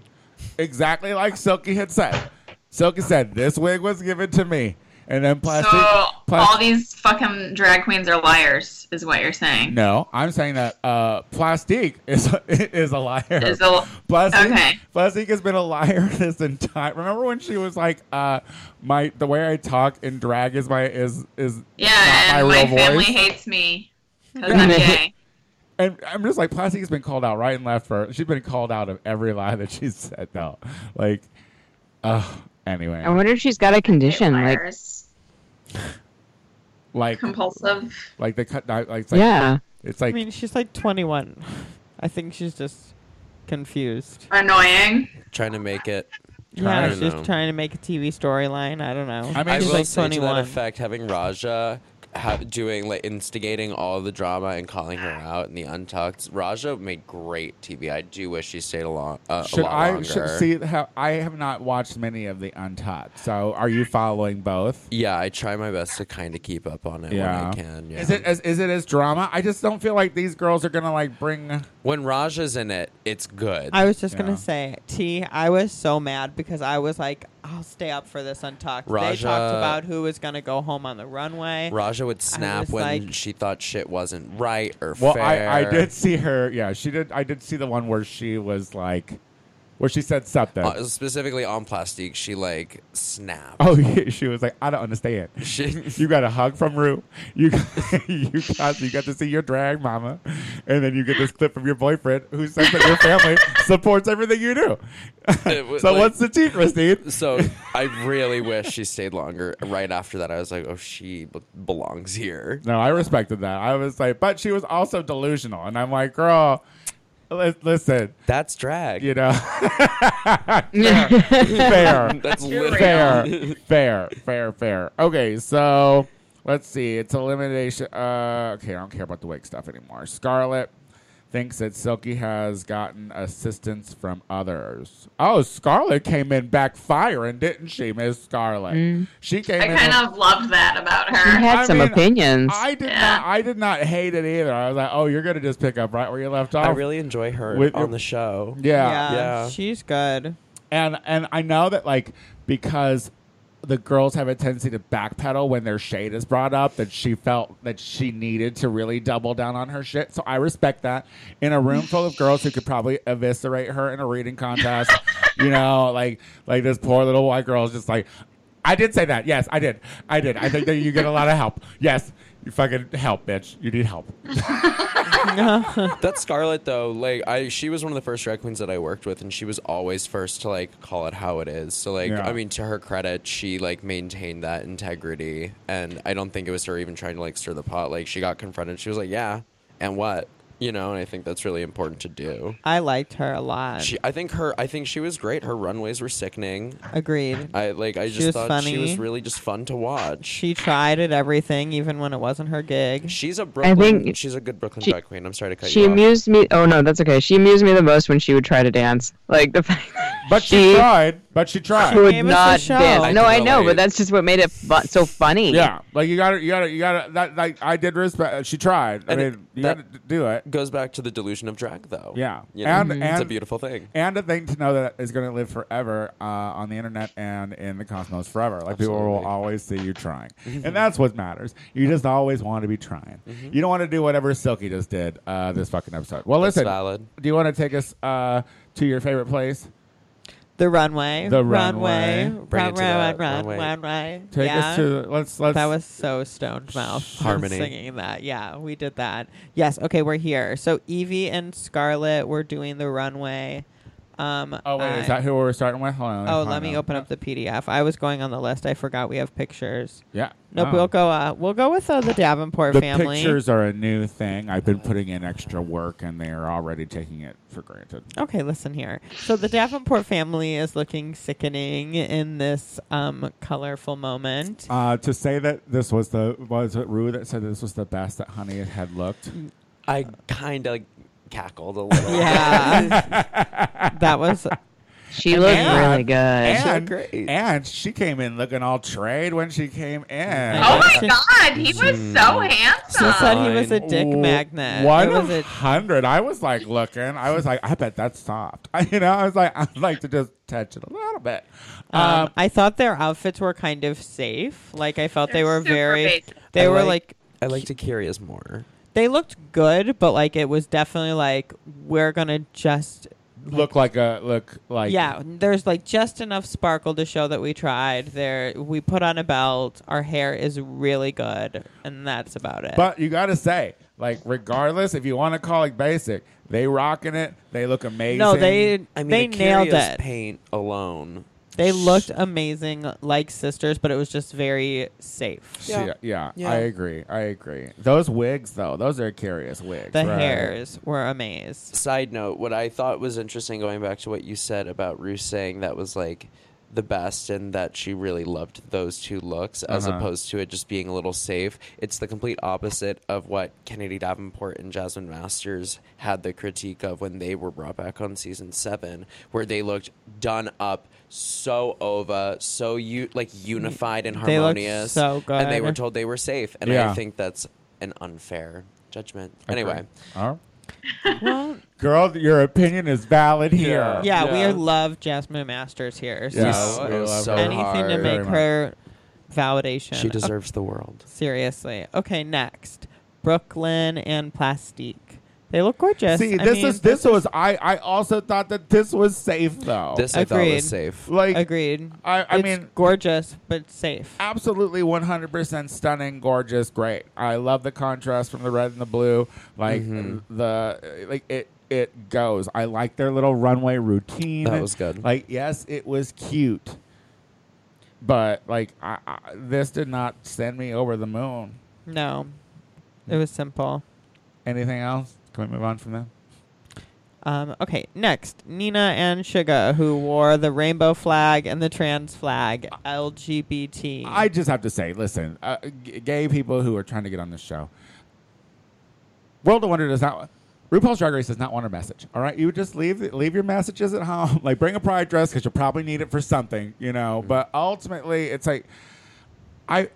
Speaker 1: exactly like Silky had said. Silky said this wig was given to me, And then plastic.
Speaker 2: so all
Speaker 1: plastic
Speaker 2: these fucking drag queens are liars, is what you're saying.
Speaker 1: no, I'm saying that uh, plastic is is a liar.
Speaker 2: Is a-
Speaker 1: Plastic,
Speaker 2: Okay.
Speaker 1: Plastic has been a liar this entire. Remember when she was like, uh, "My the way I talk in drag is my is is
Speaker 2: yeah,
Speaker 1: not
Speaker 2: and
Speaker 1: my
Speaker 2: my
Speaker 1: real
Speaker 2: family
Speaker 1: voice."
Speaker 2: hates me because I'm gay.
Speaker 1: And I'm just like, Plastic has been called out right and left for. She's been called out of every lie that she's said though. Like, uh, anyway,
Speaker 3: I wonder if she's got a condition. Like,
Speaker 2: Liars.
Speaker 1: like
Speaker 2: Compulsive.
Speaker 1: like the cut like it's like
Speaker 3: yeah,
Speaker 1: it's like
Speaker 4: I mean, she's like 21. I think she's just confused.
Speaker 2: Annoying.
Speaker 5: trying to make it.
Speaker 4: Yeah,
Speaker 5: don't
Speaker 4: she's
Speaker 5: know.
Speaker 4: trying to make a TV storyline. I don't know.
Speaker 1: I mean,
Speaker 5: I
Speaker 1: she's
Speaker 5: will
Speaker 1: like
Speaker 5: say to that effect, having Raja ha- doing like instigating all the drama and calling her out in the untucked. Raja made great TV. I do wish she stayed a, long, uh, a
Speaker 1: should
Speaker 5: lot
Speaker 1: I
Speaker 5: longer.
Speaker 1: should see how I have not watched many of the Untucked. So are you following both?
Speaker 5: Yeah, I try my best to kind of keep up on it when
Speaker 1: Yeah.
Speaker 5: I can. Yeah.
Speaker 1: Is it as is it as drama? I just don't feel like these girls are gonna like bring.
Speaker 5: when Raja's in it, it's good.
Speaker 4: I was just
Speaker 1: Yeah.
Speaker 4: gonna say, T. I was so mad because I was like, I'll stay up for this untucked. They
Speaker 5: Raja-
Speaker 4: talked about who was gonna go home on the runway.
Speaker 5: Raja would snap
Speaker 4: was
Speaker 5: when
Speaker 4: like-
Speaker 5: she thought shit wasn't right or
Speaker 1: Well,
Speaker 5: fair.
Speaker 1: I I did see her. Yeah, she did. I did see the one where she was like, where she said something.
Speaker 5: Uh, specifically on plastique, she like snapped.
Speaker 1: Oh, yeah, she was like, I don't understand.
Speaker 5: She-
Speaker 1: You got a hug from Rue. You got, you got you got to see your drag mama, and then you get this clip from your boyfriend who says that your family supports everything you do.
Speaker 5: It was
Speaker 1: so
Speaker 5: like-
Speaker 1: what's the tea, Christine?
Speaker 5: So I really wish she stayed longer. Right after that, I was like, oh, she b- belongs here.
Speaker 1: No, I respected that. I was like, but she was also delusional, and I'm like, girl, li- listen,
Speaker 5: That's drag.
Speaker 1: you know, fair.
Speaker 5: That's literally.
Speaker 1: fair, fair, fair, fair. Okay, so let's see. It's elimination. Uh, okay, I don't care about the wig stuff anymore. Scarlet thinks that Silky has gotten assistance from others. Oh, Scarlet came in backfiring, didn't she, Miss Scarlet? She came
Speaker 2: I
Speaker 1: in.
Speaker 2: kind of loved that about
Speaker 3: she
Speaker 2: her.
Speaker 1: I
Speaker 3: had some
Speaker 1: mean,
Speaker 3: opinions.
Speaker 1: I did
Speaker 2: Yeah.
Speaker 1: not. I did not hate it either. I was like, "Oh, you're gonna just pick up right where you left off."
Speaker 5: I really enjoy her
Speaker 1: With
Speaker 5: on
Speaker 1: your-
Speaker 5: the show.
Speaker 1: yeah.
Speaker 4: yeah,
Speaker 5: Yeah.
Speaker 4: she's good.
Speaker 1: and and I know that like because the girls have a tendency to backpedal when their shade is brought up that she felt that she needed to really double down on her shit. So I respect that. In a room full of girls who could probably eviscerate her in a reading contest, you know, like like this poor little white girl is just like I did say that. Yes, I did. I did. I think that you get a lot of help. Yes. You fucking help, bitch. You need help.
Speaker 5: That Scarlett though, like I, she was one of the first drag queens that I worked with, and she was always first to like call it how it is. So like,
Speaker 1: Yeah.
Speaker 5: I mean, to her credit, she like maintained that integrity, and I don't think it was her even trying to like stir the pot. Like she got confronted, she was like, "Yeah, and what?" You know, and I think that's really important to do.
Speaker 4: I liked her a lot.
Speaker 5: She, I think her, I think she was great. Her runways were sickening.
Speaker 4: Agreed.
Speaker 5: I like, I
Speaker 4: She
Speaker 5: just
Speaker 4: was
Speaker 5: thought she
Speaker 4: funny.
Speaker 5: was really just fun to watch.
Speaker 4: She tried at everything, even when it wasn't her gig.
Speaker 5: she's a Brooklyn.
Speaker 3: think
Speaker 5: she's a good Brooklyn
Speaker 3: she-
Speaker 5: drag queen. I'm sorry to cut
Speaker 3: she
Speaker 5: you off.
Speaker 3: amused me. Oh no, that's okay. She amused me the most when she would try to dance. Like the fact
Speaker 1: But she, tried. But she tried.
Speaker 3: would
Speaker 4: Gave us a
Speaker 3: not
Speaker 4: show.
Speaker 3: dance.
Speaker 4: I
Speaker 3: no,
Speaker 5: can
Speaker 3: I know,
Speaker 5: relate.
Speaker 3: but that's just what made it fu- so funny.
Speaker 1: Yeah. Like you gotta you gotta you gotta that like I did respect she tried. I
Speaker 5: And it-
Speaker 1: mean you
Speaker 5: that-
Speaker 1: gotta do it.
Speaker 5: Goes back to the delusion of drag, though.
Speaker 1: Yeah.
Speaker 5: You know?
Speaker 1: And-
Speaker 5: it's a
Speaker 1: and-
Speaker 5: beautiful thing.
Speaker 1: and a thing to know that is going to live forever uh, on the internet and in the cosmos forever. Like people will
Speaker 5: Absolutely.
Speaker 1: always see you trying,
Speaker 4: Mm-hmm.
Speaker 1: and that's what matters. You just always want to be trying. You don't want to do whatever Silky just did uh, this fucking episode. Well,
Speaker 5: That's
Speaker 1: listen,
Speaker 5: valid.
Speaker 1: do you want to take us uh, to your favorite place?
Speaker 4: The runway.
Speaker 1: The
Speaker 4: runway.
Speaker 1: runway.
Speaker 5: Bring it
Speaker 4: Run,
Speaker 5: to
Speaker 4: run,
Speaker 5: that
Speaker 4: run,
Speaker 5: runway.
Speaker 4: run, run.
Speaker 1: Take
Speaker 4: yeah.
Speaker 1: us to let's let's.
Speaker 4: That was so stoned mouth
Speaker 5: Harmony.
Speaker 4: singing that. Yeah, we did that. Yes. Okay, we're here. So Evie and Scarlett were doing the runway. Um,
Speaker 1: oh wait, is
Speaker 4: I-
Speaker 1: that who we're starting with? Hold on.
Speaker 4: Oh,
Speaker 1: find
Speaker 4: let me
Speaker 1: out.
Speaker 4: open up the PDF. I was going on the list. I forgot we have pictures.
Speaker 1: Yeah.
Speaker 4: No,
Speaker 1: Oh.
Speaker 4: we'll go. Uh, we'll go with uh, the Davenport
Speaker 1: The
Speaker 4: family.
Speaker 1: pictures are a new thing. I've been putting in extra work, and they are already taking it for granted.
Speaker 4: Okay, listen here. So the Davenport family is looking sickening in this um, colorful moment.
Speaker 1: Uh, to say that this was the was it Rue that said this was the best that Honey had looked.
Speaker 4: Mm,
Speaker 5: I kind of cackled a little.
Speaker 4: Yeah, that was
Speaker 3: She looked
Speaker 1: and-
Speaker 3: really good.
Speaker 1: and,
Speaker 4: great.
Speaker 1: and she came in looking all trade when she came in.
Speaker 2: Oh my
Speaker 4: She-
Speaker 2: god, he was so
Speaker 4: She said
Speaker 2: handsome.
Speaker 4: he was a
Speaker 5: Fine.
Speaker 4: dick magnet.
Speaker 1: One
Speaker 4: It was a-
Speaker 1: hundred. I was like looking. I was like, I bet that's soft. you know, I was like, I'd like to just touch it a little bit.
Speaker 4: um,
Speaker 1: Um,
Speaker 4: I thought their outfits were kind of safe. Like I felt they
Speaker 2: They're
Speaker 4: were
Speaker 2: super
Speaker 4: very.
Speaker 2: basic.
Speaker 4: They
Speaker 5: I
Speaker 4: were like
Speaker 5: like- I like to curious more.
Speaker 4: they looked good, but like it was definitely like we're gonna just
Speaker 1: look like a look like
Speaker 4: yeah. There's like just enough sparkle to show that we tried. There we put on a belt. Our hair is really good, and that's about it.
Speaker 1: But you gotta say, like, regardless, if you want to call it basic, they rocking it. They look amazing.
Speaker 4: no, they
Speaker 5: I mean,
Speaker 4: they
Speaker 5: the
Speaker 4: nailed
Speaker 5: curious
Speaker 4: it.
Speaker 5: Paint alone.
Speaker 4: They looked amazing, like sisters, but it was just very safe.
Speaker 1: She- yeah.
Speaker 5: Yeah. Yeah.
Speaker 1: I agree. I agree. Those wigs, though, those are curious wigs.
Speaker 4: The
Speaker 1: right?
Speaker 4: hairs were amazed.
Speaker 5: Side note: What I thought was interesting, going back to what you said about Ruth saying that was like the best, and that she really loved those two looks, as
Speaker 1: Uh-huh.
Speaker 5: opposed to it just being a little safe. It's the complete opposite of what Kennedy Davenport and Jasmine Masters had the critique of when they were brought back on season seven, where they looked done up. So over, so you like unified and
Speaker 4: They looked
Speaker 5: harmonious,
Speaker 4: so
Speaker 5: and they
Speaker 4: good.
Speaker 5: were told they were safe, and
Speaker 1: Yeah.
Speaker 5: I think that's an unfair judgment.
Speaker 1: Okay.
Speaker 5: Anyway,
Speaker 1: All right.
Speaker 4: Well,
Speaker 1: girl, your opinion is valid here.
Speaker 5: Yeah.
Speaker 4: yeah, we
Speaker 5: Yeah.
Speaker 4: love Jasmine Masters here. So
Speaker 1: Yeah, Oh,
Speaker 5: Yes,
Speaker 1: we
Speaker 5: it was
Speaker 1: love
Speaker 5: so
Speaker 1: her.
Speaker 4: anything to
Speaker 5: hard.
Speaker 4: make
Speaker 1: much.
Speaker 4: her validation.
Speaker 5: She
Speaker 4: of
Speaker 5: deserves the world.
Speaker 4: Seriously. Okay, next. Brooklyn and Plastique. They look gorgeous.
Speaker 1: See,
Speaker 4: I
Speaker 1: this
Speaker 4: mean,
Speaker 1: is this was I. I also thought that this was safe though.
Speaker 5: This I thought
Speaker 4: Oh, Agreed.
Speaker 5: was safe.
Speaker 1: like
Speaker 4: agreed.
Speaker 1: I- I
Speaker 4: It's
Speaker 1: mean-
Speaker 4: gorgeous but safe.
Speaker 1: absolutely 100% stunning gorgeous great i love the contrast from the red and the blue like
Speaker 5: Mm-hmm.
Speaker 1: the like it it goes i like their little runway routine
Speaker 5: That was good.
Speaker 1: like yes it was cute but like I, I, this did not send me over the moon
Speaker 4: No, it was simple.
Speaker 1: anything else can we move on from that
Speaker 4: Um, okay, next Nina and Suga, who wore the rainbow flag and the trans flag, LGBT.
Speaker 1: i just have to say listen uh, g- gay people who are trying to get on this show World of Wonder does not. RuPaul's Drag Race does not want a message. All right, you just leave leave your messages at home. Like bring a pride dress because you'll probably need it for something, you know. But ultimately, it's like I.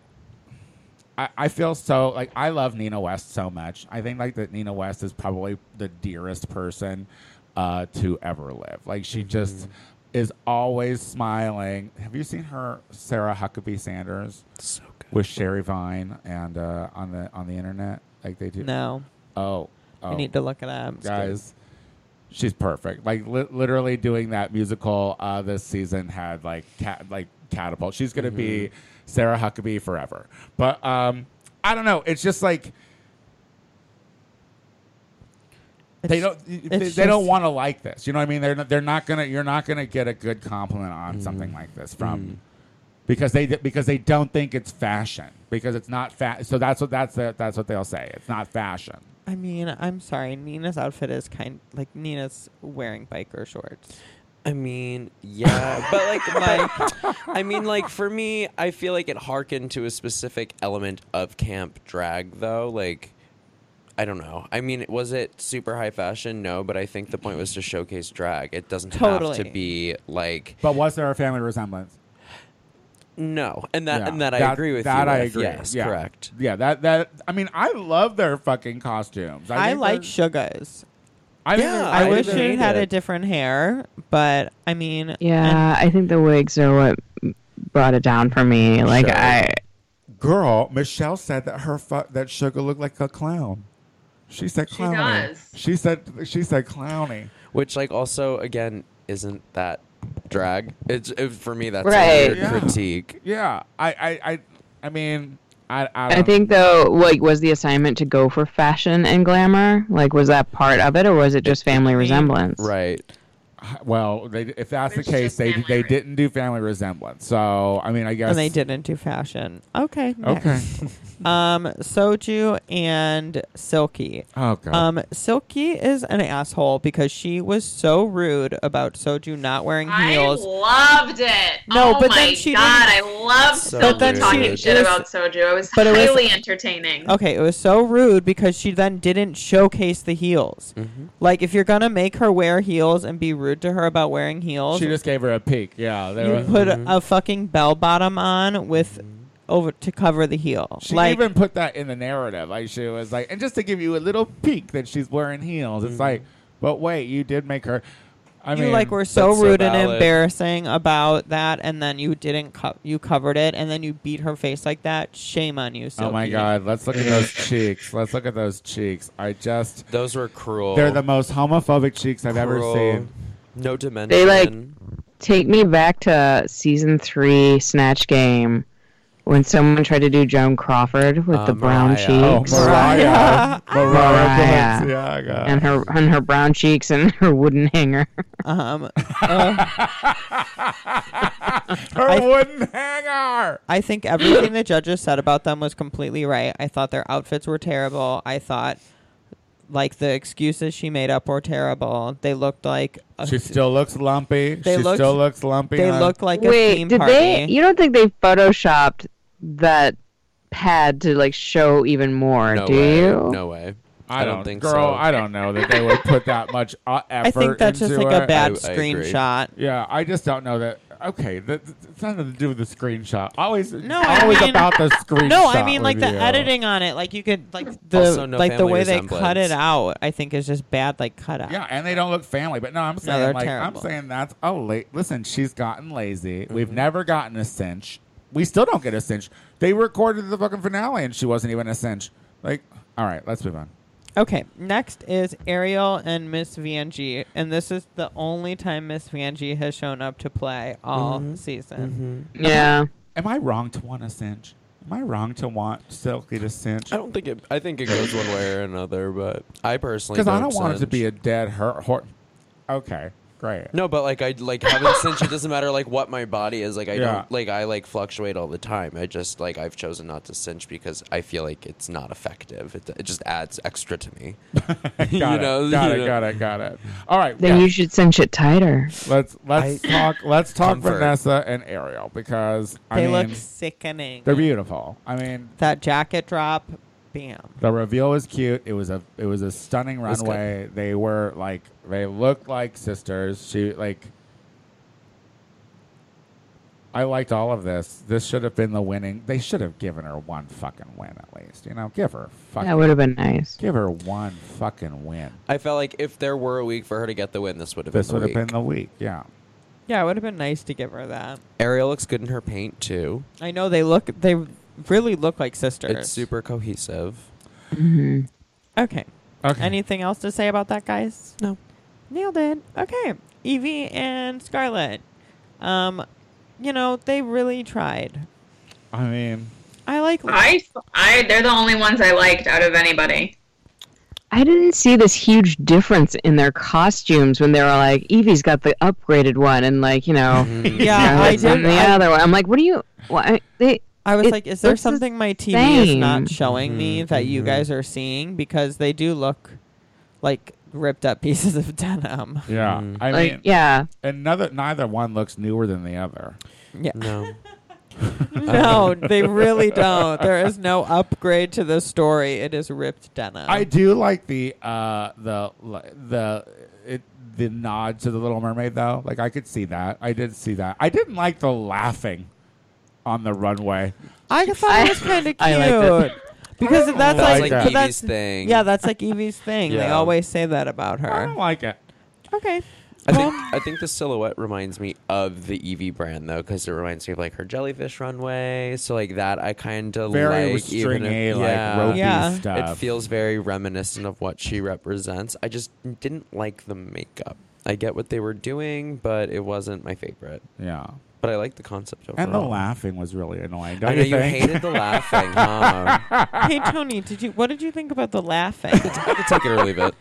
Speaker 1: I I feel so like I love Nina West so much. I think like that Nina West is probably the dearest person uh, to ever live. Like she just is always smiling. Have you seen her Sarah Huckabee Sanders
Speaker 5: so good.
Speaker 1: with Sherry Vine and uh, on the on the internet? Like they do.
Speaker 4: no,
Speaker 1: Oh, oh
Speaker 4: I need to look it up.
Speaker 1: guys, she's perfect. Like li- literally doing that musical uh, this season had like cat like catapult. She's gonna be Sarah Huckabee forever. But um, I don't know. It's just like they
Speaker 4: It's-
Speaker 1: don't they,
Speaker 4: it's
Speaker 1: they don't
Speaker 4: just-
Speaker 1: want to like this. You know what I mean? They're not, they're not gonna you're not gonna get a good compliment on something like this from because they because they don't think it's fashion because it's not fat. So that's what that's the, that's what they'll say. It's not fashion.
Speaker 4: I mean, I'm sorry. Nina's outfit is kind like Nina's wearing biker shorts.
Speaker 5: I mean, yeah, but like, like, I mean, like for me, I feel like it harkened to a specific element of camp drag, though. Like, I don't know. I mean, was it super high fashion? No, but I think the point was to showcase drag. It doesn't have
Speaker 4: Totally.
Speaker 5: to be like
Speaker 1: But was there a family resemblance?
Speaker 5: no, and that
Speaker 1: Yeah.
Speaker 5: and that, I agree with
Speaker 1: that
Speaker 5: you.
Speaker 1: I
Speaker 5: with.
Speaker 1: agree.
Speaker 5: Yes,
Speaker 1: yeah.
Speaker 5: correct.
Speaker 1: Yeah, that that I mean, I love their fucking costumes. I,
Speaker 4: I,
Speaker 1: think
Speaker 4: like
Speaker 1: they're-
Speaker 4: Suga's.
Speaker 1: I think
Speaker 5: Yeah,
Speaker 1: they're-
Speaker 4: I,
Speaker 5: I
Speaker 4: wish
Speaker 5: didn't
Speaker 4: it
Speaker 5: hate
Speaker 4: had a
Speaker 5: it.
Speaker 4: different hair, but I mean, and
Speaker 3: yeah, I think the wigs are what brought it down for me. Like
Speaker 5: Sure.
Speaker 3: I,
Speaker 1: girl. Michelle said that her fu- that sugar looked like a clown. She said
Speaker 2: She
Speaker 1: clowny.
Speaker 2: does.
Speaker 1: She said she said clowny.
Speaker 5: Which, like, also again, isn't that drag? It's it, for me. That's
Speaker 3: Right.
Speaker 5: a weird
Speaker 1: Yeah.
Speaker 5: critique.
Speaker 1: Yeah, I I I, I mean, I I, don't
Speaker 3: I think though, like, was the assignment to go for fashion and glamour? Like, was that part of it, or was it just family resemblance?
Speaker 5: Right.
Speaker 1: Well, they, if that's the
Speaker 2: It's
Speaker 1: case,
Speaker 2: just
Speaker 1: they
Speaker 2: family
Speaker 1: they
Speaker 2: re-
Speaker 1: didn't do family resemblance. So I mean, I guess
Speaker 4: and they didn't do fashion. Okay. next.
Speaker 1: Okay.
Speaker 4: um, Soju and Silky.
Speaker 1: Oh god.
Speaker 4: Um, Silky is an asshole because she was so rude about Soju not wearing
Speaker 2: I
Speaker 4: heels.
Speaker 2: loved it.
Speaker 4: No,
Speaker 2: oh
Speaker 4: but
Speaker 2: my
Speaker 4: then she
Speaker 2: God, I
Speaker 4: didn't-
Speaker 2: loved
Speaker 5: So
Speaker 2: Silky
Speaker 5: then she-
Speaker 2: talking
Speaker 5: it
Speaker 2: shit
Speaker 4: was-
Speaker 2: about Soju. It was
Speaker 4: but it was-
Speaker 2: highly entertaining.
Speaker 4: Okay, it was so rude
Speaker 1: Mm-hmm.
Speaker 4: because she then didn't showcase the heels. Like, if you're gonna make her wear heels and be rude to her about wearing heels.
Speaker 1: She just Mm-hmm. gave her a peek. Yeah, they
Speaker 4: you
Speaker 1: were-
Speaker 4: put a fucking bell bottom on with over to cover the heel.
Speaker 1: Mm-hmm. She
Speaker 4: like
Speaker 1: even put that in the narrative. Like she was like, and just to give you a little peek that she's wearing heels. It's like, but wait, you did make her. I
Speaker 4: Mm-hmm. you
Speaker 1: mean,
Speaker 4: like were so
Speaker 5: that's so
Speaker 4: rude and
Speaker 5: valid.
Speaker 4: embarrassing about that, and then you didn't co- you covered it, and then you beat her face like that. Shame on you. Silky.
Speaker 1: Oh my god, let's look at those cheeks. Let's look at those cheeks. I just
Speaker 5: Those were cruel.
Speaker 1: they're the most homophobic cheeks I've ever
Speaker 5: Cruel.
Speaker 1: seen.
Speaker 5: No dimension.
Speaker 3: like- Take me back to season three Snatch Game when someone tried to do Joan Crawford with
Speaker 5: Uh,
Speaker 3: the brown
Speaker 5: Mariah. Oh,
Speaker 1: Oh,
Speaker 3: cheeks
Speaker 1: Mariah. Mariah.
Speaker 3: Mariah.
Speaker 1: Balenciaga.
Speaker 3: and her and her brown cheeks and her wooden hanger.
Speaker 4: Um, uh,
Speaker 1: her
Speaker 4: I-
Speaker 1: wooden hanger.
Speaker 4: I think everything the judges said about them was completely right. I thought their outfits were terrible. I thought like the excuses she made up were terrible. They looked like a,
Speaker 1: She still looks lumpy.
Speaker 4: They
Speaker 1: she
Speaker 4: looked-
Speaker 1: still looks lumpy.
Speaker 4: they
Speaker 1: and I-
Speaker 4: looked like a
Speaker 3: Wait,
Speaker 4: theme
Speaker 3: did
Speaker 4: party.
Speaker 3: they? You don't think they photoshopped that pad to like show even more?
Speaker 5: no
Speaker 3: do
Speaker 5: way.
Speaker 3: you?
Speaker 5: No way.
Speaker 1: I don't
Speaker 5: think
Speaker 1: girl,
Speaker 5: so.
Speaker 1: I don't know that they would put that much uh, effort.
Speaker 4: I think that's just
Speaker 1: into
Speaker 4: like
Speaker 1: it.
Speaker 4: a bad
Speaker 5: I- I agree.
Speaker 4: screenshot.
Speaker 1: Yeah, I just don't know that. Okay, that, it's nothing to do with the screenshot. Always,
Speaker 4: No,
Speaker 1: it's
Speaker 4: I
Speaker 1: always
Speaker 4: mean-
Speaker 1: about the screenshot.
Speaker 4: No, I mean like the
Speaker 1: review.
Speaker 4: editing on it. Like you could like
Speaker 5: Also
Speaker 4: the
Speaker 5: no
Speaker 4: like the
Speaker 5: family
Speaker 4: way they cut
Speaker 5: resemblance.
Speaker 4: it out. I think is just bad. Like cut out.
Speaker 1: Yeah, and they don't look family. But no, I'm saying
Speaker 4: they're
Speaker 1: like
Speaker 4: terrible. Mm-hmm.
Speaker 1: I'm saying that's a late. Listen, she's gotten lazy. We've never gotten a cinch. We still don't get a cinch. They recorded the fucking finale and she wasn't even a cinch. Like, all right, let's move on.
Speaker 4: Okay. Next is Ariel and Miss Vanjie, and this is the only time Miss Vanjie has shown up to play all season.
Speaker 3: Yeah.
Speaker 1: Am I wrong to want a cinch? Am I wrong to want Silky to cinch?
Speaker 5: I don't think it. I think it goes one way or another, but I personally
Speaker 1: Because I don't want it to
Speaker 5: cinch.
Speaker 1: be a dead hurt. Hor- okay, great.
Speaker 5: No, but like I like haven't since it doesn't matter like what my body is like I
Speaker 1: Yeah.
Speaker 5: don't like I like fluctuate all the time. I just like I've chosen not to cinch because I feel like it's not effective. It, it just adds extra to me.
Speaker 1: Got, it,
Speaker 5: know,
Speaker 1: got
Speaker 5: you
Speaker 1: it.
Speaker 5: know.
Speaker 1: Got it. Got it. All right.
Speaker 3: Then
Speaker 1: yeah.
Speaker 3: you should cinch it tighter.
Speaker 1: let's let's talk. Let's talk
Speaker 5: Comfort.
Speaker 1: Vanessa and Ariel because I
Speaker 4: They
Speaker 1: mean
Speaker 4: look sickening.
Speaker 1: they're beautiful. I mean
Speaker 4: that jacket drop, bam.
Speaker 1: The reveal was cute. It was a it was a stunning
Speaker 5: was good.
Speaker 1: runway. They were like they looked like sisters. She like I liked all of this. This should have been the winning. They should have given her one fucking win at least. You know, give her fucking
Speaker 3: That would have been nice.
Speaker 1: give her one fucking win.
Speaker 5: I felt like if there were a week for her to get the win, this would have
Speaker 1: This
Speaker 5: been
Speaker 1: would
Speaker 5: the
Speaker 1: have
Speaker 5: week.
Speaker 1: been the week. Yeah.
Speaker 4: Yeah, it would have been nice to give her that.
Speaker 5: Ariel looks good in her paint too.
Speaker 4: I know they look. They really look like sisters.
Speaker 5: It's super cohesive.
Speaker 4: Okay.
Speaker 1: Okay.
Speaker 4: Anything else to say about that, guys?
Speaker 5: No.
Speaker 4: Nailed it. Okay. Evie and Scarlett. Um, you know, they really tried.
Speaker 1: I mean,
Speaker 4: I like
Speaker 2: I, I, they're the only ones I liked out of anybody.
Speaker 3: I didn't see this huge difference in their costumes when they were like, Evie's got the upgraded one, and like you know,
Speaker 1: Mm-hmm.
Speaker 4: Yeah, I
Speaker 3: Scarlett's on
Speaker 4: did.
Speaker 3: the
Speaker 4: I,
Speaker 3: other one. I'm like, what do you? Why they?
Speaker 4: I was
Speaker 3: It
Speaker 4: like, is there
Speaker 3: looks the
Speaker 4: something my TV is
Speaker 3: same.
Speaker 4: not showing me that you guys are seeing? Because they do look like ripped up pieces of denim.
Speaker 1: yeah.
Speaker 5: Mm.
Speaker 1: I
Speaker 3: like
Speaker 1: mean,
Speaker 3: yeah.
Speaker 1: another neither one looks newer than the other.
Speaker 4: Yeah.
Speaker 5: No.
Speaker 4: No, they really don't. There is no upgrade to the story. It is ripped denim.
Speaker 1: I do like the uh, the the it, the nod to the Little Mermaid though. Like I could see that. I did see that. I didn't like the laughing on the runway.
Speaker 4: I thought it was kind of cute.
Speaker 3: I liked
Speaker 4: Because that's
Speaker 1: That's
Speaker 4: like,
Speaker 1: like
Speaker 4: but
Speaker 1: Evie's
Speaker 4: that's,
Speaker 5: thing.
Speaker 4: Yeah, that's like Evie's thing. They
Speaker 5: Yeah.
Speaker 4: always say that about
Speaker 1: I don't
Speaker 4: her.
Speaker 1: like it.
Speaker 4: Okay.
Speaker 5: I think I think the silhouette reminds me of the Evie brand though, because it reminds me of like her jellyfish runway. So like that, I kind of
Speaker 1: Very
Speaker 5: like. even
Speaker 1: stringy,
Speaker 5: if-
Speaker 1: like ropey
Speaker 4: Yeah.
Speaker 1: stuff.
Speaker 5: It feels very reminiscent of what she represents. I just didn't like the makeup. I get what they were doing, but it wasn't my favorite.
Speaker 1: yeah.
Speaker 5: But I like the concept overall.
Speaker 1: And the laughing was really annoying. Don't
Speaker 5: I know
Speaker 1: you
Speaker 5: you
Speaker 1: think?
Speaker 5: hated the laughing, huh?
Speaker 4: Hey Tony, did you what did you think about the laughing?
Speaker 5: I could take it or leave it.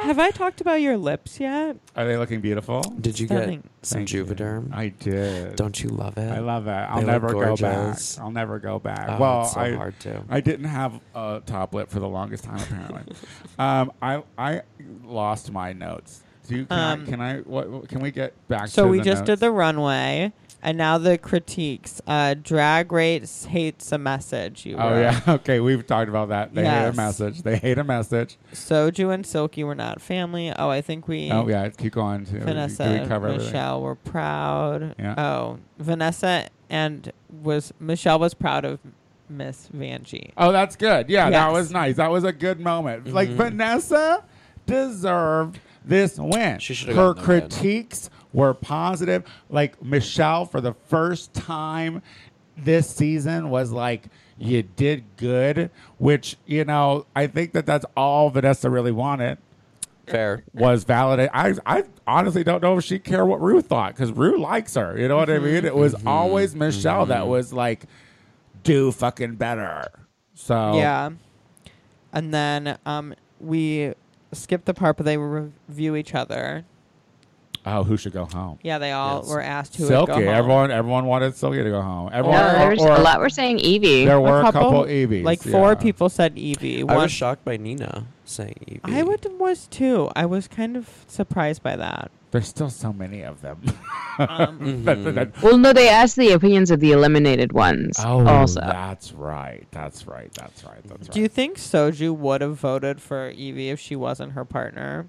Speaker 4: Have I talked about your lips yet?
Speaker 1: Are they looking beautiful?
Speaker 5: Did you
Speaker 4: Stunning.
Speaker 5: get some
Speaker 1: Thank you.
Speaker 5: Juvederm?
Speaker 1: I did.
Speaker 5: Don't you love it?
Speaker 1: I love it. I'll
Speaker 5: They look
Speaker 1: never go back.
Speaker 5: gorgeous.
Speaker 1: I'll never go back.
Speaker 5: Oh,
Speaker 1: well,
Speaker 5: it's so
Speaker 1: I,
Speaker 5: hard to.
Speaker 1: I didn't have a top lip for the longest time. Apparently, um, I I lost my notes. Do you, can, I-
Speaker 4: Um,
Speaker 1: can I? What, what- can we get back?
Speaker 4: So
Speaker 1: to
Speaker 4: we
Speaker 1: the
Speaker 4: just did
Speaker 1: notes?
Speaker 4: the runway, and now the critiques. Uh, drag race hates a message. You
Speaker 1: Oh
Speaker 4: were.
Speaker 1: yeah. Okay, we've talked about that. They hate a
Speaker 4: Yes.
Speaker 1: message. They hate a message.
Speaker 4: Soju and Silky were not family. Oh, I think we.
Speaker 1: Oh yeah. Keep going. To,
Speaker 4: Vanessa
Speaker 1: do
Speaker 4: and
Speaker 1: we cover everything?
Speaker 4: Michelle were proud.
Speaker 1: Yeah.
Speaker 4: Oh, Vanessa and was Michelle was proud of Miss Vanjie.
Speaker 1: Oh, that's good. Yeah, that
Speaker 4: Yes.
Speaker 1: was nice. That was a good moment. Like Vanessa deserved this win.
Speaker 5: She should've
Speaker 1: Her
Speaker 5: gotten the win.
Speaker 1: critiques were positive. Like Michelle, for the first time this season, was like, "You did good," which you know, I think that that's all Vanessa really wanted.
Speaker 5: Fair.
Speaker 1: was validate. I, I honestly don't know if she cared what Rue thought because Rue likes her. You know what I mean? It was
Speaker 5: Mm-hmm.
Speaker 1: always Michelle that was like, do fucking better. So
Speaker 4: Yeah. And then um, we skipped the part where they review each other.
Speaker 1: Oh, who should go home?
Speaker 4: Yeah, they all
Speaker 5: Yes.
Speaker 4: were asked who
Speaker 1: Silky.
Speaker 4: would go home.
Speaker 1: Everyone, everyone wanted Silky to go home. Everyone,
Speaker 3: No,
Speaker 1: or,
Speaker 3: there's a lot. We're saying Evie.
Speaker 1: there were a couple, Eevees.
Speaker 4: Like four
Speaker 1: yeah.
Speaker 4: people said Evie.
Speaker 5: I
Speaker 4: One,
Speaker 5: was shocked by Nina saying E Evie.
Speaker 4: I would was too. I was kind of surprised by that.
Speaker 1: There's still so many of them.
Speaker 5: Mm-hmm.
Speaker 4: Um,
Speaker 1: That- that- that-
Speaker 3: Well, no, they asked the opinions of the eliminated ones.
Speaker 1: oh,
Speaker 3: also,
Speaker 1: that's right. That's right. That's right. That's right.
Speaker 4: do you think Soju would have voted for Evie if she wasn't her partner?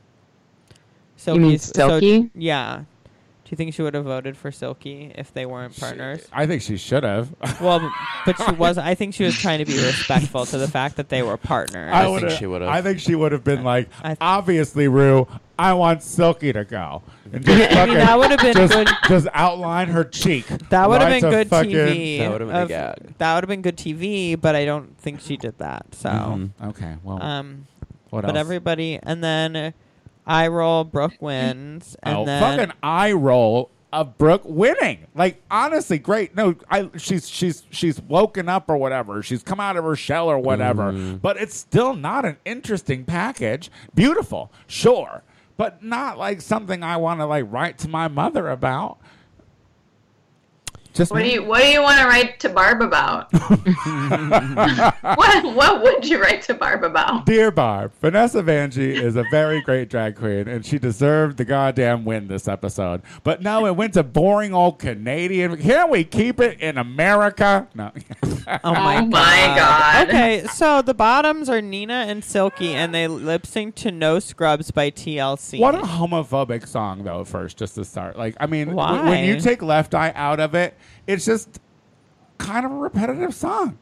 Speaker 4: So
Speaker 3: You mean
Speaker 4: he's- so-
Speaker 3: Silky?
Speaker 4: yeah. Do you think she would have voted for Silky if they weren't partners?
Speaker 1: I think she should have.
Speaker 4: well, but she was. I think she was trying to be respectful to the fact that they were partners.
Speaker 5: I think
Speaker 1: would've-
Speaker 5: she would've.
Speaker 1: I think she would have been like,
Speaker 4: I th-
Speaker 1: obviously, Rue, I want Silky to go. And just
Speaker 4: I mean,
Speaker 1: fucking,
Speaker 4: that would have been
Speaker 1: just,
Speaker 4: good.
Speaker 1: just outline her cheek.
Speaker 4: That would have
Speaker 1: Right
Speaker 4: been
Speaker 1: to
Speaker 4: good
Speaker 1: fucking-
Speaker 4: TV.
Speaker 5: That would've been a
Speaker 4: of-
Speaker 5: gag.
Speaker 4: That would have been good TV, but I don't think she did that. So,
Speaker 1: Mm-hmm.
Speaker 5: Mhm.
Speaker 1: Okay, well,
Speaker 4: um,
Speaker 1: what
Speaker 4: but
Speaker 1: else?
Speaker 4: everybody, and then uh, I roll Brooke wins, and
Speaker 1: oh,
Speaker 4: then
Speaker 1: fucking eye roll of Brooke winning. Like honestly, great. No, I she's she's she's woken up or whatever. She's come out of her shell or whatever.
Speaker 4: Mm-hmm.
Speaker 1: But it's still not an interesting package. Beautiful, sure, but not like something I want to like write to my mother about. Just
Speaker 2: What do
Speaker 1: me.
Speaker 2: you What do you want to write to Barb about? what What would you write to Barb about?
Speaker 1: Dear Barb, Vanessa Vanjie is a very great drag queen, and she deserved the goddamn win this episode. But no, it went to boring old Canadian. Can we keep it in America? No.
Speaker 4: oh my,
Speaker 2: oh my God.
Speaker 4: Okay, so the bottoms are Nina and Silky, and they lip sync to "No Scrubs" by TLC.
Speaker 1: what a homophobic song, though. First, just to start, like I mean, w-
Speaker 4: Why?
Speaker 1: when you take Left Eye out of it, it's just kind of a repetitive song.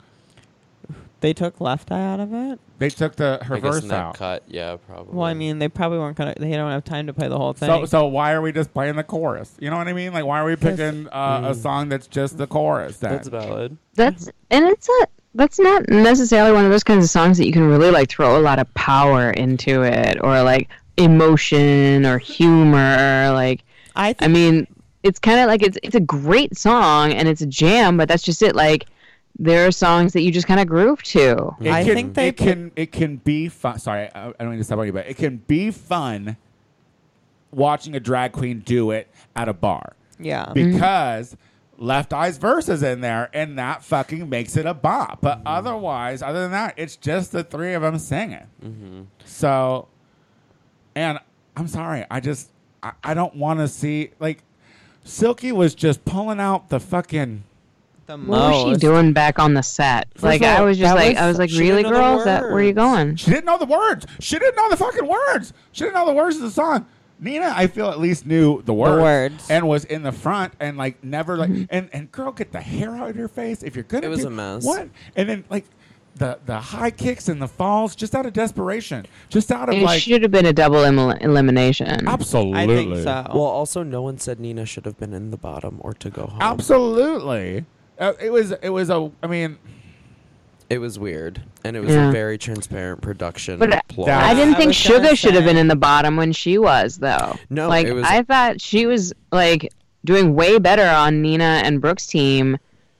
Speaker 4: they took Left Eye out of it.
Speaker 1: They took the her
Speaker 5: I guess in
Speaker 1: verse
Speaker 5: that
Speaker 1: out.
Speaker 5: cut, yeah, probably.
Speaker 4: Well, I mean, they probably weren't gonna. They don't have time to play the whole thing.
Speaker 1: So, so why are we just playing the chorus? You know what I mean? Like, why are we picking uh, a song that's just the chorus? Then?
Speaker 5: Mm. that's valid.
Speaker 3: that's and it's a that's not necessarily one of those kinds of songs that you can really like throw a lot of power into it or like emotion or humor. Like,
Speaker 4: I
Speaker 3: I
Speaker 4: think
Speaker 3: mean, it's kind of like it's it's a great song and it's a jam, but that's just it. Like, there are songs that you just kind of groove to.
Speaker 1: It
Speaker 4: I
Speaker 1: can,
Speaker 4: think they
Speaker 1: it can it can be fun. Sorry, I, I don't mean to stop on you, but it can be fun watching a drag queen do it at a bar
Speaker 4: yeah.
Speaker 1: because Left Eye's verse is in there, and that fucking makes it a bop. But
Speaker 4: Mm-hmm.
Speaker 1: otherwise, other than that, it's just the three of them singing.
Speaker 4: Mm-hmm.
Speaker 1: So, and I'm sorry, I just I, I don't want to see like Silky was just pulling out the fucking.
Speaker 4: The
Speaker 3: What was she
Speaker 4: most.
Speaker 3: doing back on the set? like
Speaker 1: of all,
Speaker 3: I was just
Speaker 4: that
Speaker 3: like
Speaker 4: was-
Speaker 3: I was like,
Speaker 4: she
Speaker 3: really,
Speaker 4: didn't know the
Speaker 3: girls? That where are you
Speaker 4: words.
Speaker 3: going?
Speaker 1: She didn't know the words. She didn't know the fucking words. She didn't know the words of the song. Nina, I feel at least knew the words,
Speaker 4: words.
Speaker 1: and was in the front and like never like and and girl, get the hair out of your face if you're gonna.
Speaker 5: It was
Speaker 1: do-
Speaker 5: a mess.
Speaker 1: What? And then like the the high kicks and the falls, just out of desperation, just out of
Speaker 3: It
Speaker 1: like
Speaker 3: should have been a double emil- elimination.
Speaker 1: absolutely.
Speaker 4: I think so.
Speaker 5: Well, also, no one said Nina should have been in the bottom or to go home.
Speaker 1: Absolutely. Uh, it was it was a. I mean,
Speaker 5: It was weird, and it was
Speaker 3: Yeah.
Speaker 5: a very transparent production.
Speaker 3: But I-
Speaker 5: plot.
Speaker 1: That-
Speaker 3: I didn't
Speaker 4: I
Speaker 3: think
Speaker 4: was gonna
Speaker 3: Sugar should have
Speaker 4: say-
Speaker 3: been in the bottom when she was, though.
Speaker 5: No,
Speaker 3: like
Speaker 5: it was-
Speaker 3: I thought she was like doing way better on Nina and Brooke's team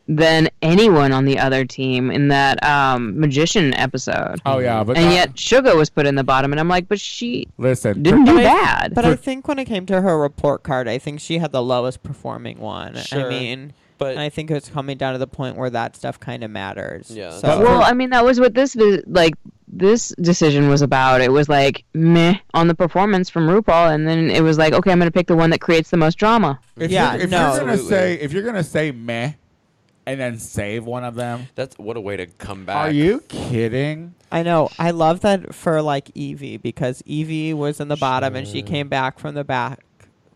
Speaker 3: than anyone on the other team in that um, magician episode.
Speaker 1: oh yeah, but
Speaker 3: and
Speaker 1: not-
Speaker 3: yet Sugar was put in the bottom, and I'm like, but she
Speaker 1: listen,
Speaker 3: didn't do
Speaker 4: But I-
Speaker 3: bad.
Speaker 4: But I think when it came to her report card, I think she had the lowest performing one. I
Speaker 5: Sure,
Speaker 4: mean,
Speaker 5: but-
Speaker 4: and I think it's coming down to the point where that stuff kind of matters.
Speaker 5: Yeah,
Speaker 4: So
Speaker 5: that's-
Speaker 3: well, I mean, that was what this was like. this decision was about. It was like meh on the performance from RuPaul, and then it was like, okay, I'm gonna pick the one that creates the most drama.
Speaker 1: If
Speaker 4: Yeah,
Speaker 1: you're, if
Speaker 4: no.
Speaker 1: you're gonna
Speaker 5: Absolutely.
Speaker 1: say if you're gonna say meh, and then save one of them,
Speaker 5: That's what a way to come back.
Speaker 1: are you kidding?
Speaker 4: I know. I love that for like Evie because Evie was in the bottom and she came back from the back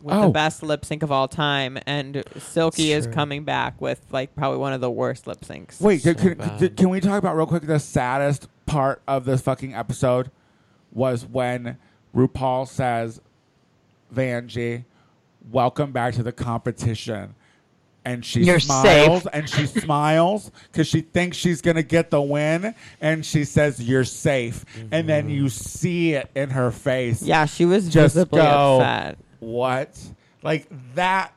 Speaker 4: with
Speaker 1: Oh.
Speaker 4: the best lip sync of all time, and Silky is coming back with like probably one of the worst lip syncs.
Speaker 1: Wait,
Speaker 5: So
Speaker 1: can, can-
Speaker 5: bad.
Speaker 1: can we talk about real quick? The saddest part of this fucking episode was when RuPaul says, "Vanjie, welcome back to the competition." And she
Speaker 3: You're
Speaker 1: smiles
Speaker 3: safe.
Speaker 1: and she smiles because she thinks she's gonna get the win, and she says, "You're safe," and then you see it in her face.
Speaker 4: Yeah, she was
Speaker 1: just
Speaker 4: visibly
Speaker 1: go
Speaker 4: upset.
Speaker 1: what like that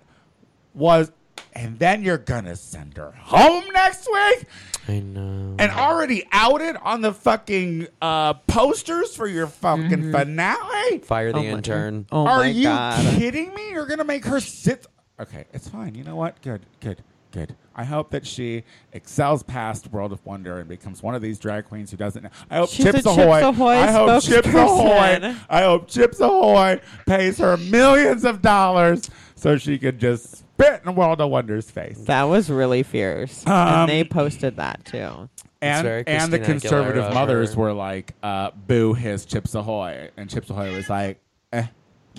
Speaker 1: was and then you're gonna send her home next week
Speaker 5: I know.
Speaker 4: Mm-hmm.
Speaker 1: and already outed on the fucking uh, posters for your fucking
Speaker 4: Mm-hmm.
Speaker 1: finale
Speaker 5: Fire the
Speaker 4: Oh my-
Speaker 5: intern.
Speaker 4: Oh
Speaker 1: are
Speaker 4: my
Speaker 1: you
Speaker 4: god!
Speaker 1: kidding me you're gonna make her sit okay it's fine you know what good good good i hope that she excels past world of wonder and becomes one of these drag queens who doesn't know i hope
Speaker 4: She's a
Speaker 1: chips
Speaker 4: Chips
Speaker 1: ahoy
Speaker 4: Ahoy
Speaker 1: i hope chips ahoy
Speaker 4: spokesperson.
Speaker 1: I hope Chips Ahoy pays her millions of dollars so she could just spit in World of Wonder's face.
Speaker 4: That was really fierce,
Speaker 1: Um,
Speaker 4: and they posted that too.
Speaker 1: And
Speaker 5: very
Speaker 1: and the
Speaker 5: Christina
Speaker 1: conservative
Speaker 5: Aguilera
Speaker 1: mothers
Speaker 5: for-
Speaker 1: were like, uh, "Boo his Chips Ahoy," and Chips Ahoy was like, "Eh,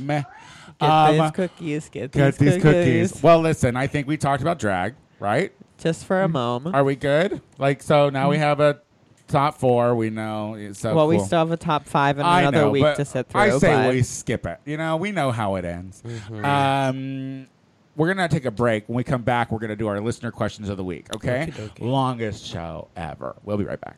Speaker 1: meh."
Speaker 4: Get
Speaker 1: Um,
Speaker 4: these cookies. Get these,
Speaker 1: get these
Speaker 4: cookies.
Speaker 1: cookies. Well, listen, I think we talked about drag, right?
Speaker 4: Just for a
Speaker 1: Mm.
Speaker 4: moment.
Speaker 1: Are we good? Like, so now we have a top four. We know. So
Speaker 4: Mm-hmm. well, we
Speaker 1: cool.
Speaker 4: still have a top five and
Speaker 1: I
Speaker 4: another
Speaker 1: know,
Speaker 4: week
Speaker 1: but
Speaker 4: to sit through.
Speaker 1: I say
Speaker 4: but
Speaker 1: we skip it. You know, we know how it ends. Um, we're gonna take a break. When we come back, we're gonna do our listener questions of the week. Okay, longest show ever. We'll be right back.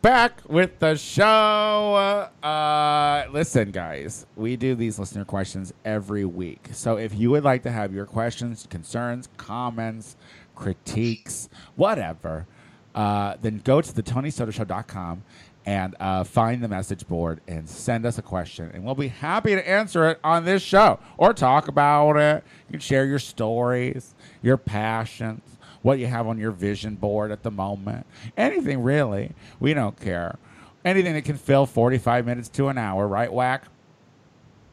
Speaker 1: back with the show. Uh, listen, guys, we do these listener questions every week. So if you would like to have your questions, concerns, comments, critiques, whatever, uh, then go to the TonySotoShow.com and uh, find the message board and send us a question, and we'll be happy to answer it on this show or talk about it. You can share your stories, your passions what you have on your vision board at the moment. Anything really. We don't care. Anything that can fill 45 minutes to an hour, right, Whack?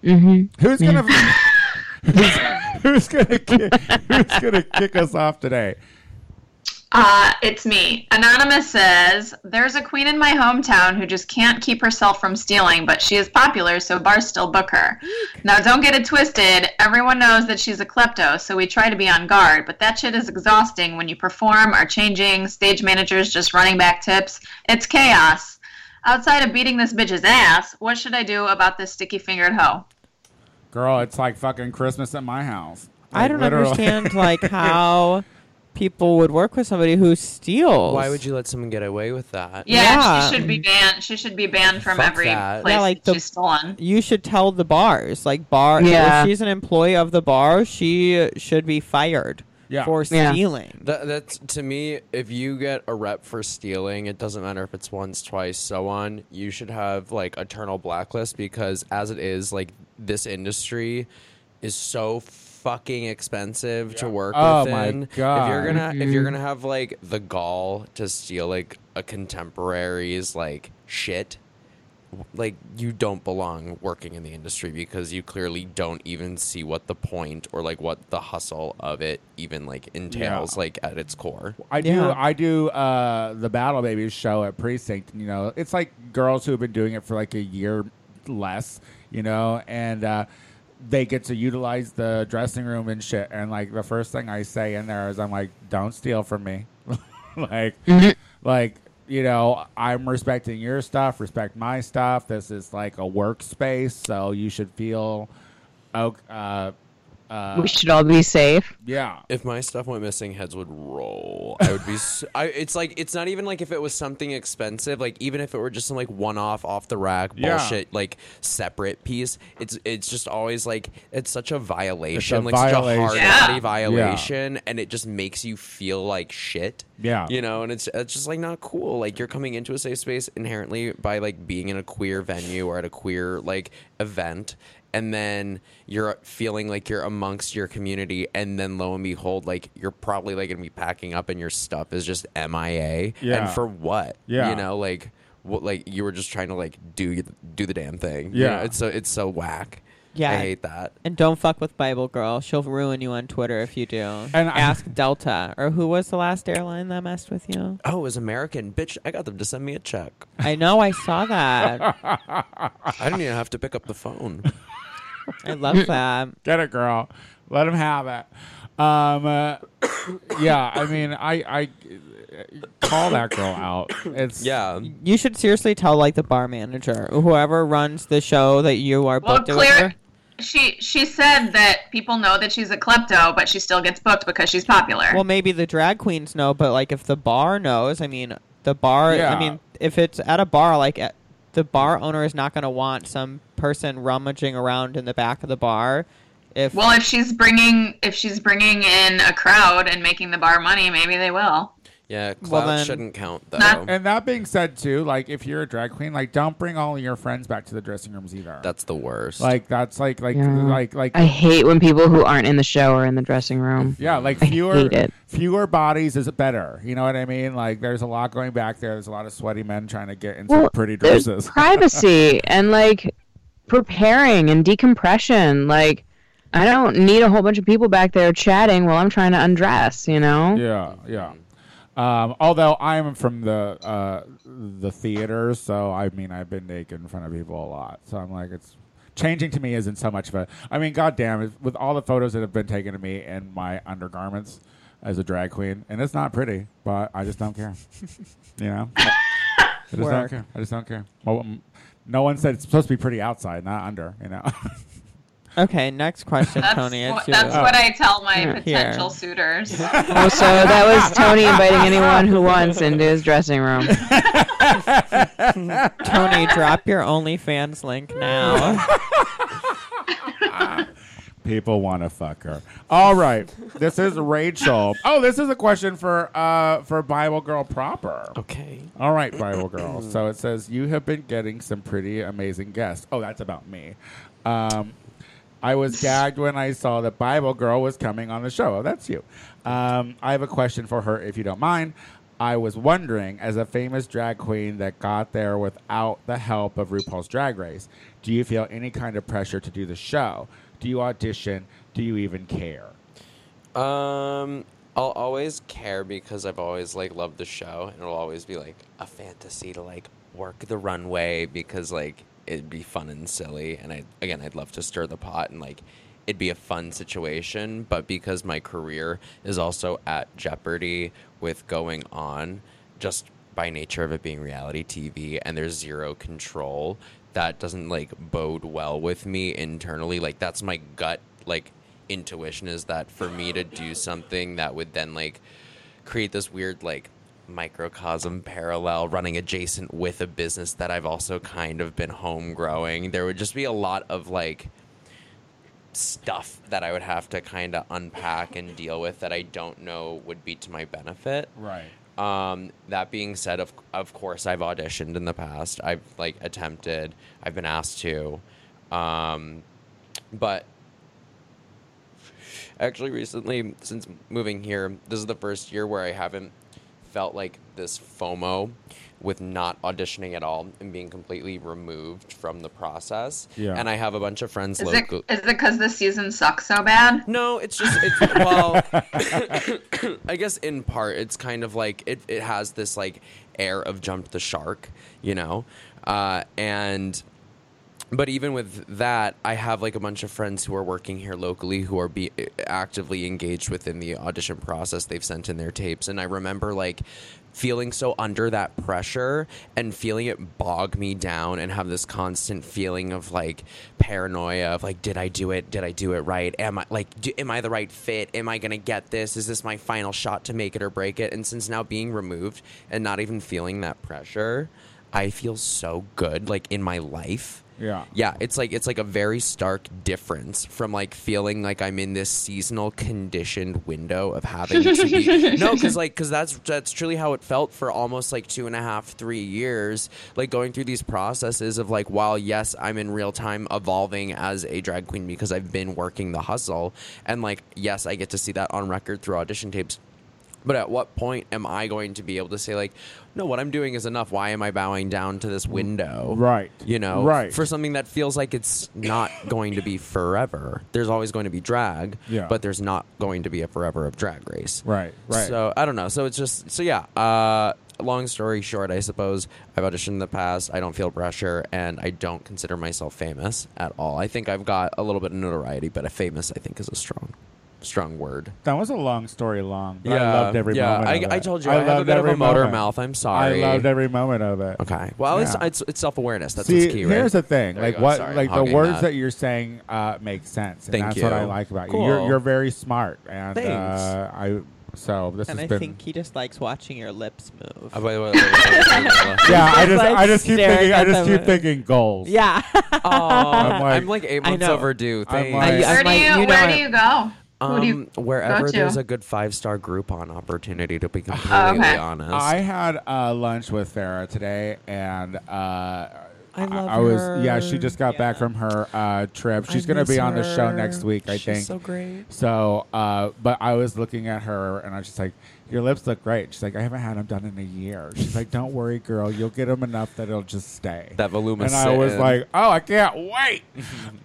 Speaker 1: Mm-hmm. Who's going to. Who's, who's gonna kick, who's gonna kick us off today?
Speaker 2: Uh, it's me. Anonymous says, There's a queen in my hometown who just can't keep herself from stealing, but she is popular, so bars still book her. Now, don't get it twisted. Everyone knows that she's a klepto, so we try to be on guard, but that shit is exhausting when you perform, are changing, stage managers just running back tips. It's chaos. Outside of beating this bitch's ass, what should I do about this sticky fingered hoe?
Speaker 1: Girl, it's like fucking Christmas at my house.
Speaker 4: I
Speaker 1: Like,
Speaker 4: don't
Speaker 1: literally.
Speaker 4: understand like how people would work with somebody who steals.
Speaker 5: Why would you let someone get away with that?
Speaker 2: Yeah,
Speaker 4: Yeah.
Speaker 2: she should be banned. She should be banned from
Speaker 5: Fuck
Speaker 2: every
Speaker 5: that.
Speaker 2: place
Speaker 4: Yeah, like
Speaker 2: that
Speaker 4: the-
Speaker 2: she's stolen.
Speaker 4: You should tell the bars, like bar.
Speaker 3: Yeah.
Speaker 4: If she's an employee of the bar, she should be fired
Speaker 1: Yeah.
Speaker 4: for
Speaker 3: Yeah.
Speaker 4: stealing.
Speaker 5: That, that's to me. If you get a rep for stealing, it doesn't matter if it's once, twice, so on. You should have like eternal blacklist because, as it is, like this industry is so fucking expensive to work
Speaker 1: Oh my
Speaker 5: within. If
Speaker 1: God.
Speaker 5: you're gonna if you're gonna have like the gall to steal like a contemporary's like shit, like you don't belong working in the industry because you clearly don't even see what the point or like what the hustle of it even like entails
Speaker 1: Yeah.
Speaker 5: like at its core.
Speaker 1: I do.
Speaker 4: Yeah.
Speaker 1: I do uh, the Battle Babies show at Precinct. You know, it's like girls who have been doing it for like a year less. You know, and uh, they get to utilize the dressing room and shit. And like the first thing I say in there is, I'm like, "Don't steal from me." like, like you know, I'm respecting your stuff. Respect my stuff. This is like a workspace, so you should feel. Oh, uh, Uh,
Speaker 3: We should all be safe.
Speaker 1: yeah.
Speaker 5: If my stuff went missing, heads would roll. I would be. s I it's like it's not even like if it was something expensive. Like even if it were just some like one-off, off-the-rack
Speaker 1: Yeah.
Speaker 5: bullshit, like separate piece. It's it's just always like it's such a violation, like
Speaker 1: violation.
Speaker 5: such a
Speaker 2: Yeah.
Speaker 5: hard-body violation, and it just makes you feel like shit.
Speaker 1: Yeah.
Speaker 5: you know, and it's it's just like not cool. Like you're coming into a safe space inherently by like being in a queer venue or at a queer like event and then you're feeling like you're amongst your community and then lo and behold like you're probably like going to be packing up and your stuff is just MIA
Speaker 1: Yeah.
Speaker 5: and for what?
Speaker 1: Yeah.
Speaker 5: You know, like what like you were just trying to like do do the damn thing. You
Speaker 1: Yeah.
Speaker 5: know, it's so it's so whack.
Speaker 4: Yeah.
Speaker 5: I hate that.
Speaker 4: And don't fuck with Bible Girl. She'll ruin you on Twitter if you do.
Speaker 1: And
Speaker 4: And
Speaker 1: I-
Speaker 4: ask Delta or who was the last airline that messed with you?
Speaker 5: Oh, it was American. Bitch, I got them to send me a check.
Speaker 4: I know I saw that.
Speaker 5: I didn't even have to pick up the phone.
Speaker 4: I love that.
Speaker 1: Get it, girl. Let him have it. Um, uh, yeah, I mean, I, I call that girl out. It's
Speaker 5: Yeah.
Speaker 4: You should seriously tell like the bar manager or whoever runs the show that you are
Speaker 2: Well,
Speaker 4: booked
Speaker 2: clear.
Speaker 4: over.
Speaker 2: She she said that people know that she's a klepto, but she still gets booked because she's popular.
Speaker 4: Well, maybe the drag queens know, but like if the bar knows, I mean, the bar.
Speaker 1: Yeah.
Speaker 4: I mean, if it's at a bar, like at, the bar owner is not going to want some person rummaging around in the back of the bar. If
Speaker 2: Well, if she's bringing if she's bringing in a crowd and making the bar money, maybe they will.
Speaker 5: Yeah, clout
Speaker 4: Well, then-
Speaker 5: shouldn't count though.
Speaker 2: Not-
Speaker 1: And that being said, too, like if you're a drag queen, like don't bring all your friends back to the dressing rooms either.
Speaker 5: That's the worst.
Speaker 1: like that's like like
Speaker 3: Yeah.
Speaker 1: like like
Speaker 3: I hate when people who aren't in the show are in the dressing room.
Speaker 1: yeah, like
Speaker 3: I
Speaker 1: fewer
Speaker 3: hate it.
Speaker 1: fewer bodies is better. You know what I mean? Like there's a lot going back there. There's a lot of sweaty men trying to get into
Speaker 3: Well,
Speaker 1: pretty
Speaker 3: there's
Speaker 1: dresses.
Speaker 3: privacy and like preparing and decompression. Like, I don't need a whole bunch of people back there chatting while I'm trying to undress. You know?
Speaker 1: Yeah, yeah. Um, although I'm from the uh, the theater, so I mean I've been naked in front of people a lot. So I'm like, it's changing to me isn't so much of a. I mean, goddamn, it- with all the photos that have been taken of me in my undergarments as a drag queen, and it's not pretty, but I just don't care. you know, I just don't
Speaker 4: Work.
Speaker 1: care. I just don't care. Well, um, no one said it's supposed to be pretty outside, not under. You know.
Speaker 4: okay, next question,
Speaker 2: That's,
Speaker 4: Tony.
Speaker 2: what,
Speaker 4: It's you.
Speaker 2: that's what I tell my
Speaker 3: Yeah.
Speaker 2: potential suitors.
Speaker 3: Oh, so that was Tony inviting anyone who wants into his dressing room.
Speaker 4: Tony, drop your OnlyFans link now.
Speaker 1: People want to fuck her. All right, this is Rachel. Oh, this is a question for uh for Bible Girl proper.
Speaker 5: okay.
Speaker 1: All right, Bible Girl. So it says you have been getting some pretty amazing guests. Oh, that's about me. Um, I was gagged when I saw that Bible Girl was coming on the show. Oh, that's you. Um, I have a question for her, if you don't mind. I was wondering, as a famous drag queen that got there without the help of RuPaul's Drag Race, do you feel any kind of pressure to do the show? Do you audition? Do you even care?
Speaker 5: Um, I'll always care because I've always like loved the show, and it'll always be like a fantasy to like work the runway because like it'd be fun and silly, and I again I'd love to stir the pot and like it'd be a fun situation, but because my career is also at jeopardy with going on just by nature of it being reality TV and there's zero control that doesn't like bode well with me internally like that's my gut like intuition is that for me to do something that would then like create this weird like microcosm parallel running adjacent with a business that I've also kind of been home growing there would just be a lot of like stuff that I would have to kind of unpack and deal with that I don't know would be to my benefit
Speaker 1: Right.
Speaker 5: um, that being said, of of course, I've auditioned in the past. I've like attempted. I've been asked to, um, but actually, recently, since moving here, this is the first year where I haven't felt like this FOMO with not auditioning at all and being completely removed from the process.
Speaker 1: Yeah.
Speaker 5: And I have a bunch of friends
Speaker 2: Is it
Speaker 5: local.
Speaker 2: is it because the season sucks so bad?
Speaker 5: No, it's just it's well I guess in part it's kind of like it it has this like air of jump the shark, you know. Uh and but even with that, I have like a bunch of friends who are working here locally who are be actively engaged within the audition process. They've sent in their tapes, and I remember like feeling so under that pressure and feeling it bog me down and have this constant feeling of like paranoia of like did I do it did I do it right am I like do, am I the right fit am I going to get this is this my final shot to make it or break it and since now being removed and not even feeling that pressure I feel so good like in my life
Speaker 1: Yeah.
Speaker 5: yeah, it's like it's like a very stark difference from like feeling like I'm in this seasonal conditioned window of having to be no, because like because that's that's truly how it felt for almost like two and a half three years, like going through these processes of like while yes I'm in real time evolving as a drag queen because I've been working the hustle and like yes I get to see that on record through audition tapes. But at what point am I going to be able to say like, no, what I'm doing is enough. Why am I bowing down to this window?
Speaker 1: Right.
Speaker 5: you know
Speaker 1: Right.
Speaker 5: for something that feels like it's not going to be forever there's always going to be drag
Speaker 1: Yeah.
Speaker 5: but there's not going to be a forever of drag race
Speaker 1: Right, right.
Speaker 5: so i don't know so it's just so yeah uh long story short i suppose i've auditioned in the past i don't feel pressure and i don't consider myself famous at all i think i've got a little bit of notoriety but a famous i think is a strong strong word
Speaker 1: That was a long story long. But I loved every
Speaker 5: yeah.
Speaker 1: moment.
Speaker 5: I,
Speaker 1: of
Speaker 5: I
Speaker 1: it.
Speaker 5: told you i, have a
Speaker 1: loved
Speaker 5: bit of
Speaker 1: every
Speaker 5: a motor
Speaker 1: moment.
Speaker 5: mouth i'm
Speaker 1: I
Speaker 5: sorry
Speaker 1: loved every moment of it.
Speaker 5: okay well it's,
Speaker 1: Yeah.
Speaker 5: it's, it's self-awareness that's
Speaker 1: See,
Speaker 5: what's key right
Speaker 1: here's the thing.
Speaker 5: There you
Speaker 1: like
Speaker 5: go.
Speaker 1: what,
Speaker 5: Sorry, I'm
Speaker 1: like the
Speaker 5: hogging
Speaker 1: words
Speaker 5: that.
Speaker 1: that, you're saying uh, make sense, and
Speaker 5: Thank
Speaker 1: that's what I
Speaker 5: you.
Speaker 1: like about you.
Speaker 5: Cool.
Speaker 1: You're, you're very smart, and
Speaker 5: Thanks.
Speaker 1: uh, I. So this
Speaker 4: And
Speaker 1: has
Speaker 4: I
Speaker 1: been.
Speaker 4: think he just likes watching your lips move.
Speaker 5: Oh, wait, wait, wait, wait, wait, wait, wait.
Speaker 1: yeah, I just,
Speaker 4: Like
Speaker 1: I just keep
Speaker 4: staring
Speaker 1: thinking, I
Speaker 4: at
Speaker 1: just
Speaker 4: them.
Speaker 1: keep thinking goals.
Speaker 4: yeah.
Speaker 5: I'm, like,
Speaker 1: like-
Speaker 5: eight
Speaker 4: I
Speaker 5: months
Speaker 4: know.
Speaker 5: overdue.
Speaker 1: I'm
Speaker 5: Thanks.
Speaker 1: like-
Speaker 4: I-
Speaker 2: Where do
Speaker 4: like,
Speaker 2: you,
Speaker 4: you know
Speaker 2: where
Speaker 4: it.
Speaker 2: do you go? Who do you,
Speaker 5: um, wherever
Speaker 2: to?
Speaker 5: there's a good five star Groupon opportunity, to be completely
Speaker 2: Okay.
Speaker 5: honest.
Speaker 1: I had uh, lunch with Farah today, and uh, I,
Speaker 4: love
Speaker 1: I was yeah.
Speaker 4: her.
Speaker 1: She just got back
Speaker 4: Yeah.
Speaker 1: from her uh, trip. She's
Speaker 4: I
Speaker 1: gonna
Speaker 4: miss
Speaker 1: be on the show
Speaker 4: her.
Speaker 1: next week, I
Speaker 4: She's
Speaker 1: think.
Speaker 4: so great.
Speaker 1: So, uh, but I was looking at her, and I was just like, "Your lips look great." She's like, "I haven't had them done in a year." She's like, "Don't worry, girl. You'll get them enough that it'll just stay."
Speaker 5: that voluminous.
Speaker 1: and I was
Speaker 5: sin.
Speaker 1: like, "Oh, I can't wait."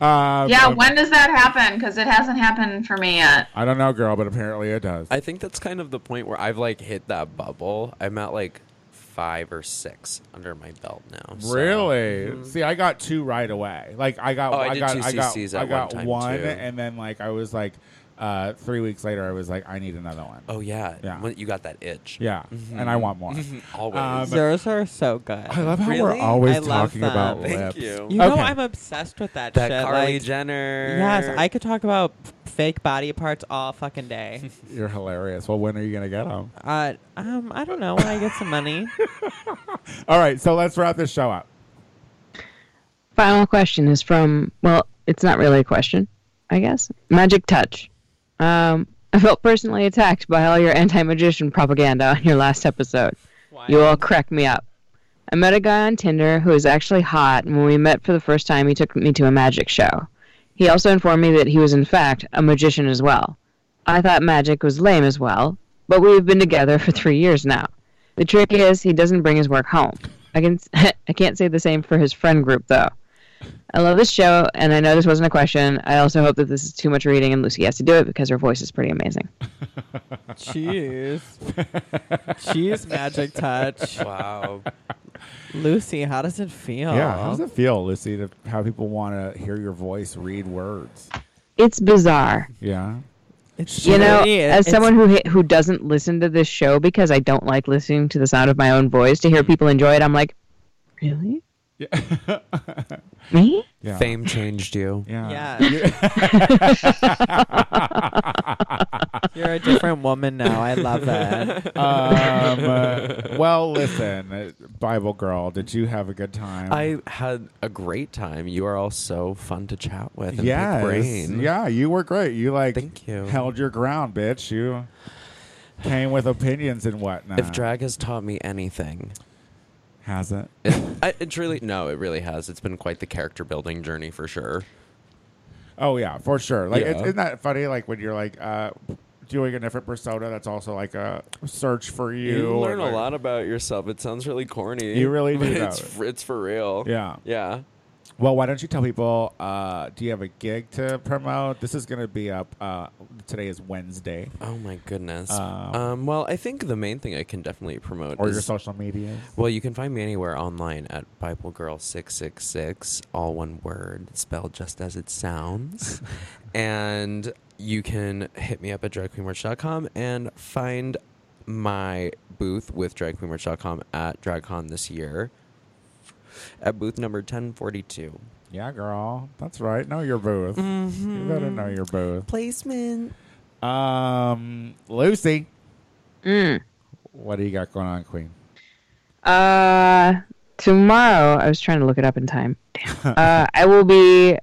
Speaker 1: um,
Speaker 2: yeah,
Speaker 1: but-
Speaker 2: when does that happen? Because it hasn't happened for me yet.
Speaker 1: I don't know, girl, but apparently it does.
Speaker 5: I think that's kind of the point where I've like hit that bubble. I'm at like five or six under my belt now. so-
Speaker 1: Really? See, I got two right away. Like I got,
Speaker 5: Oh, I did
Speaker 1: got,
Speaker 5: two
Speaker 1: I got,
Speaker 5: CCs at
Speaker 1: I got
Speaker 5: one time,
Speaker 1: one,
Speaker 5: too.
Speaker 1: and then like I was like, uh, three weeks later, I was like, I need another one.
Speaker 5: Oh Mm-hmm. yeah.
Speaker 1: Yeah.
Speaker 5: When you got that itch.
Speaker 1: Yeah, and I want more.
Speaker 5: Always.
Speaker 1: Um,
Speaker 4: Yours are so good.
Speaker 1: I love how we're
Speaker 5: Really?
Speaker 1: always
Speaker 4: I love
Speaker 1: talking
Speaker 4: them.
Speaker 1: about
Speaker 5: Thank
Speaker 1: lips.
Speaker 5: you.
Speaker 4: You know
Speaker 1: Okay.
Speaker 4: I'm obsessed with that,
Speaker 5: that
Speaker 4: shit.
Speaker 5: Carly
Speaker 4: like,
Speaker 5: Jenner.
Speaker 4: yes, I could talk about fake body parts all fucking day.
Speaker 1: You're hilarious. Well, when are you gonna get them?
Speaker 4: uh, um, I don't know when I get some money.
Speaker 1: All right, so let's wrap this show up.
Speaker 3: Final question is from, well, it's not really a question, I guess. Magic Touch. Um, I felt personally attacked by all your anti magician propaganda on your last episode. You all cracked me up. I met a guy on Tinder who is actually hot, and when we met for the first time, he took me to a magic show. He also informed me that he was, in fact, a magician as well. I thought magic was lame as well, but we've been together for three years now. The trick is he doesn't bring his work home. I can I can't say the same for his friend group though. I love this show, and I know this wasn't a question. I also hope that this is too much reading, and Lucy has to do it because her voice is pretty amazing.
Speaker 4: Cheers. Cheers, magic touch.
Speaker 5: Wow.
Speaker 4: Lucy, how does it feel?
Speaker 1: Yeah, how does it feel, Lucy, to how people want to hear your voice read words?
Speaker 3: It's bizarre,
Speaker 1: Yeah.
Speaker 4: It's
Speaker 3: you know.
Speaker 4: shitty. It-
Speaker 3: as
Speaker 4: it's-
Speaker 3: someone who ha- who doesn't listen to this show because I don't like listening to the sound of my own voice, to hear people enjoy it, I'm like, really? Me?
Speaker 1: Yeah.
Speaker 5: Fame changed you.
Speaker 1: Yeah.
Speaker 4: yeah, you're a different woman now. I love
Speaker 1: um,
Speaker 4: it.
Speaker 1: uh, well, listen, uh, Bible girl, did you have a good time?
Speaker 5: I had a great time. You are all so fun to chat with. And
Speaker 1: Yes.
Speaker 5: big brain.
Speaker 1: Yeah, you were great. You like
Speaker 5: Thank you.
Speaker 1: held your ground, bitch. You came with opinions and whatnot.
Speaker 5: If drag has taught me anything,
Speaker 1: has it.
Speaker 5: it, I, it truly no, it really has. It's been quite the character building journey for sure.
Speaker 1: Oh yeah, for sure. Like it's,
Speaker 5: Yeah.
Speaker 1: isn't that funny? Like when you're like uh, doing a different persona, that's also like a search for you. and, like-
Speaker 5: about yourself. It sounds really corny.
Speaker 1: You really do,
Speaker 5: but
Speaker 1: though.
Speaker 5: It's f- it's for real.
Speaker 1: Yeah.
Speaker 5: Yeah.
Speaker 1: Well, why don't you tell people? Uh, do you have a gig to promote? This is going to be up. Uh, today is Wednesday.
Speaker 5: Oh my goodness.
Speaker 1: Um,
Speaker 5: Um, well, I think the main thing I can definitely promote
Speaker 1: Or
Speaker 5: is
Speaker 1: your social media.
Speaker 5: Well, you can find me anywhere online at BibleGirl666, all one word, spelled just as it sounds. and you can hit me up at dragqueenmerch.com and find my booth with dragqueenmerch.com at DragCon this year at booth number 1042.
Speaker 1: Yeah, girl. That's right. Know your booth. You better know your booth.
Speaker 5: Mm-hmm. Placement.
Speaker 1: Um, Lucy,
Speaker 3: Mm.
Speaker 1: what do you got going on, Queen?
Speaker 3: Uh, tomorrow, I was trying to look it up in time. Damn. uh, I will be.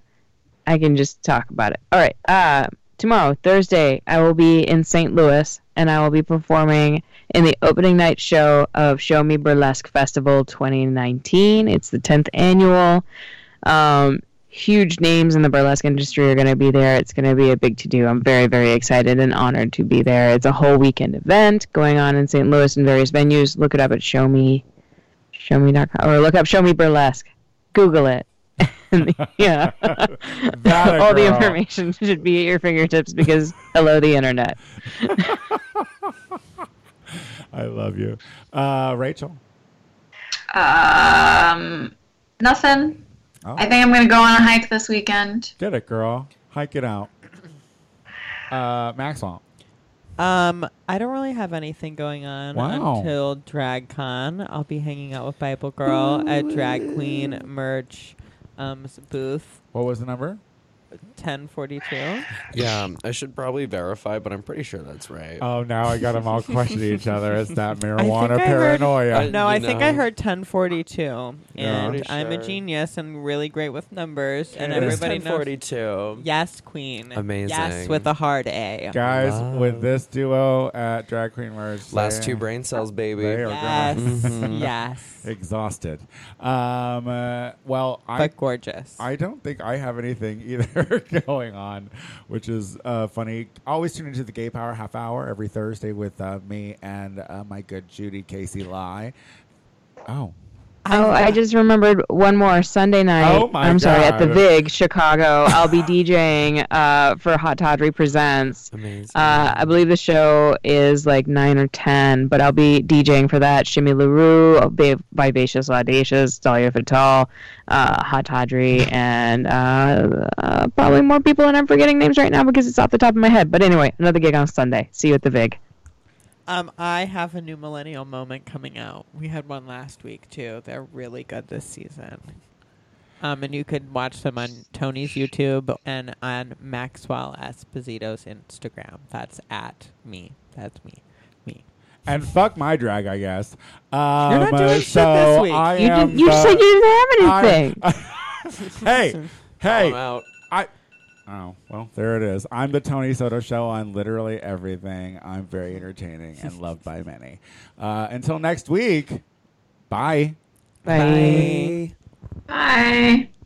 Speaker 3: I can just talk about it. All right. Uh, tomorrow, Thursday, I will be in St. Louis, and I will be performing in the opening night show of Show Me Burlesque Festival 2019. It's the 10th annual. Um, huge names in the burlesque industry are going to be there. It's going to be a big to do. I'm very, very excited and honored to be there. It's a whole weekend event going on in St. Louis in various venues. Look it up at Show Me, Show Me.com, or look up Show Me Burlesque. Google it. yeah.
Speaker 1: That a
Speaker 3: All the
Speaker 1: girl.
Speaker 3: information should be at your fingertips because hello, the internet.
Speaker 1: I love you, uh, Rachel.
Speaker 2: Um, nothing.
Speaker 1: Oh.
Speaker 2: I think I'm going to go on a hike this weekend.
Speaker 1: Get it, girl. Hike it out. Uh, Maxwell.
Speaker 4: Um, I don't really have anything going on
Speaker 1: Wow.
Speaker 4: until DragCon. I'll be hanging out with Bible Girl at Drag Queen Merch um, booth
Speaker 1: What was the number?
Speaker 4: 1042.
Speaker 5: Yeah, Um, I should probably verify, but I'm pretty sure that's right.
Speaker 1: Oh, now I got them all questioning each other. It's that
Speaker 4: I
Speaker 1: marijuana
Speaker 4: think I heard-
Speaker 1: paranoia.
Speaker 5: I-
Speaker 4: no, I
Speaker 5: you
Speaker 4: think I
Speaker 5: know.
Speaker 4: heard 1042.
Speaker 1: Yeah.
Speaker 4: And
Speaker 5: Pretty
Speaker 4: I'm a
Speaker 5: sure.
Speaker 4: genius and really great with numbers. And
Speaker 1: It is
Speaker 4: everybody knows.
Speaker 5: 42.
Speaker 4: Yes, Queen. Yes,
Speaker 5: Amazing.
Speaker 4: with a hard A.
Speaker 1: Guys,
Speaker 5: Wow.
Speaker 1: with this duo at Drag Queen Merge,
Speaker 5: Last
Speaker 1: they-
Speaker 5: two brain cells, baby.
Speaker 1: They are-
Speaker 4: Yes.
Speaker 5: Mhm.
Speaker 4: Yes.
Speaker 1: exhausted. Um, uh, well, I
Speaker 4: But gorgeous.
Speaker 1: I don't think I have anything either going on, which is uh, funny. Always tune into the Gay Power Half Hour every Thursday with uh, me and uh, my good Judy Casey Lai. Oh,
Speaker 3: Oh, I just remembered one more Sunday night.
Speaker 1: Oh, my
Speaker 3: I'm sorry, at the
Speaker 1: God.
Speaker 3: Vig, Chicago. I'll be DJing uh, for Hot Todry Presents.
Speaker 5: Amazing.
Speaker 3: Uh, I believe the show is like nine or ten, but I'll be DJing for that. Shimmy LaRue, Ba- Vivacious Audacious, Dahlia Fatal, uh, Hot Todry, and uh, uh, probably more people, and I'm forgetting names right now because it's off the top of my head. But anyway, another gig on Sunday. See you at the Vig.
Speaker 4: Um, I have a new millennial moment coming out. We had one last week too. They're really good this season. Um, and you could watch them on Tony's YouTube and on Maxwell Esposito's Instagram. That's at me. That's me. Me.
Speaker 1: and fuck my drag, I guess. Um,
Speaker 4: not doing
Speaker 1: uh,
Speaker 4: shit
Speaker 1: so
Speaker 4: this week.
Speaker 1: I
Speaker 3: You,
Speaker 1: am
Speaker 3: did, you
Speaker 1: the-
Speaker 3: said you didn't
Speaker 1: I-
Speaker 3: have anything.
Speaker 1: hey,
Speaker 5: I'm
Speaker 1: hey,
Speaker 5: out.
Speaker 1: I. Oh well, there it is. I'm the Tony Soto Show on literally everything. I'm very entertaining and loved by many. Uh, until next week, bye.
Speaker 3: Bye.
Speaker 2: Bye.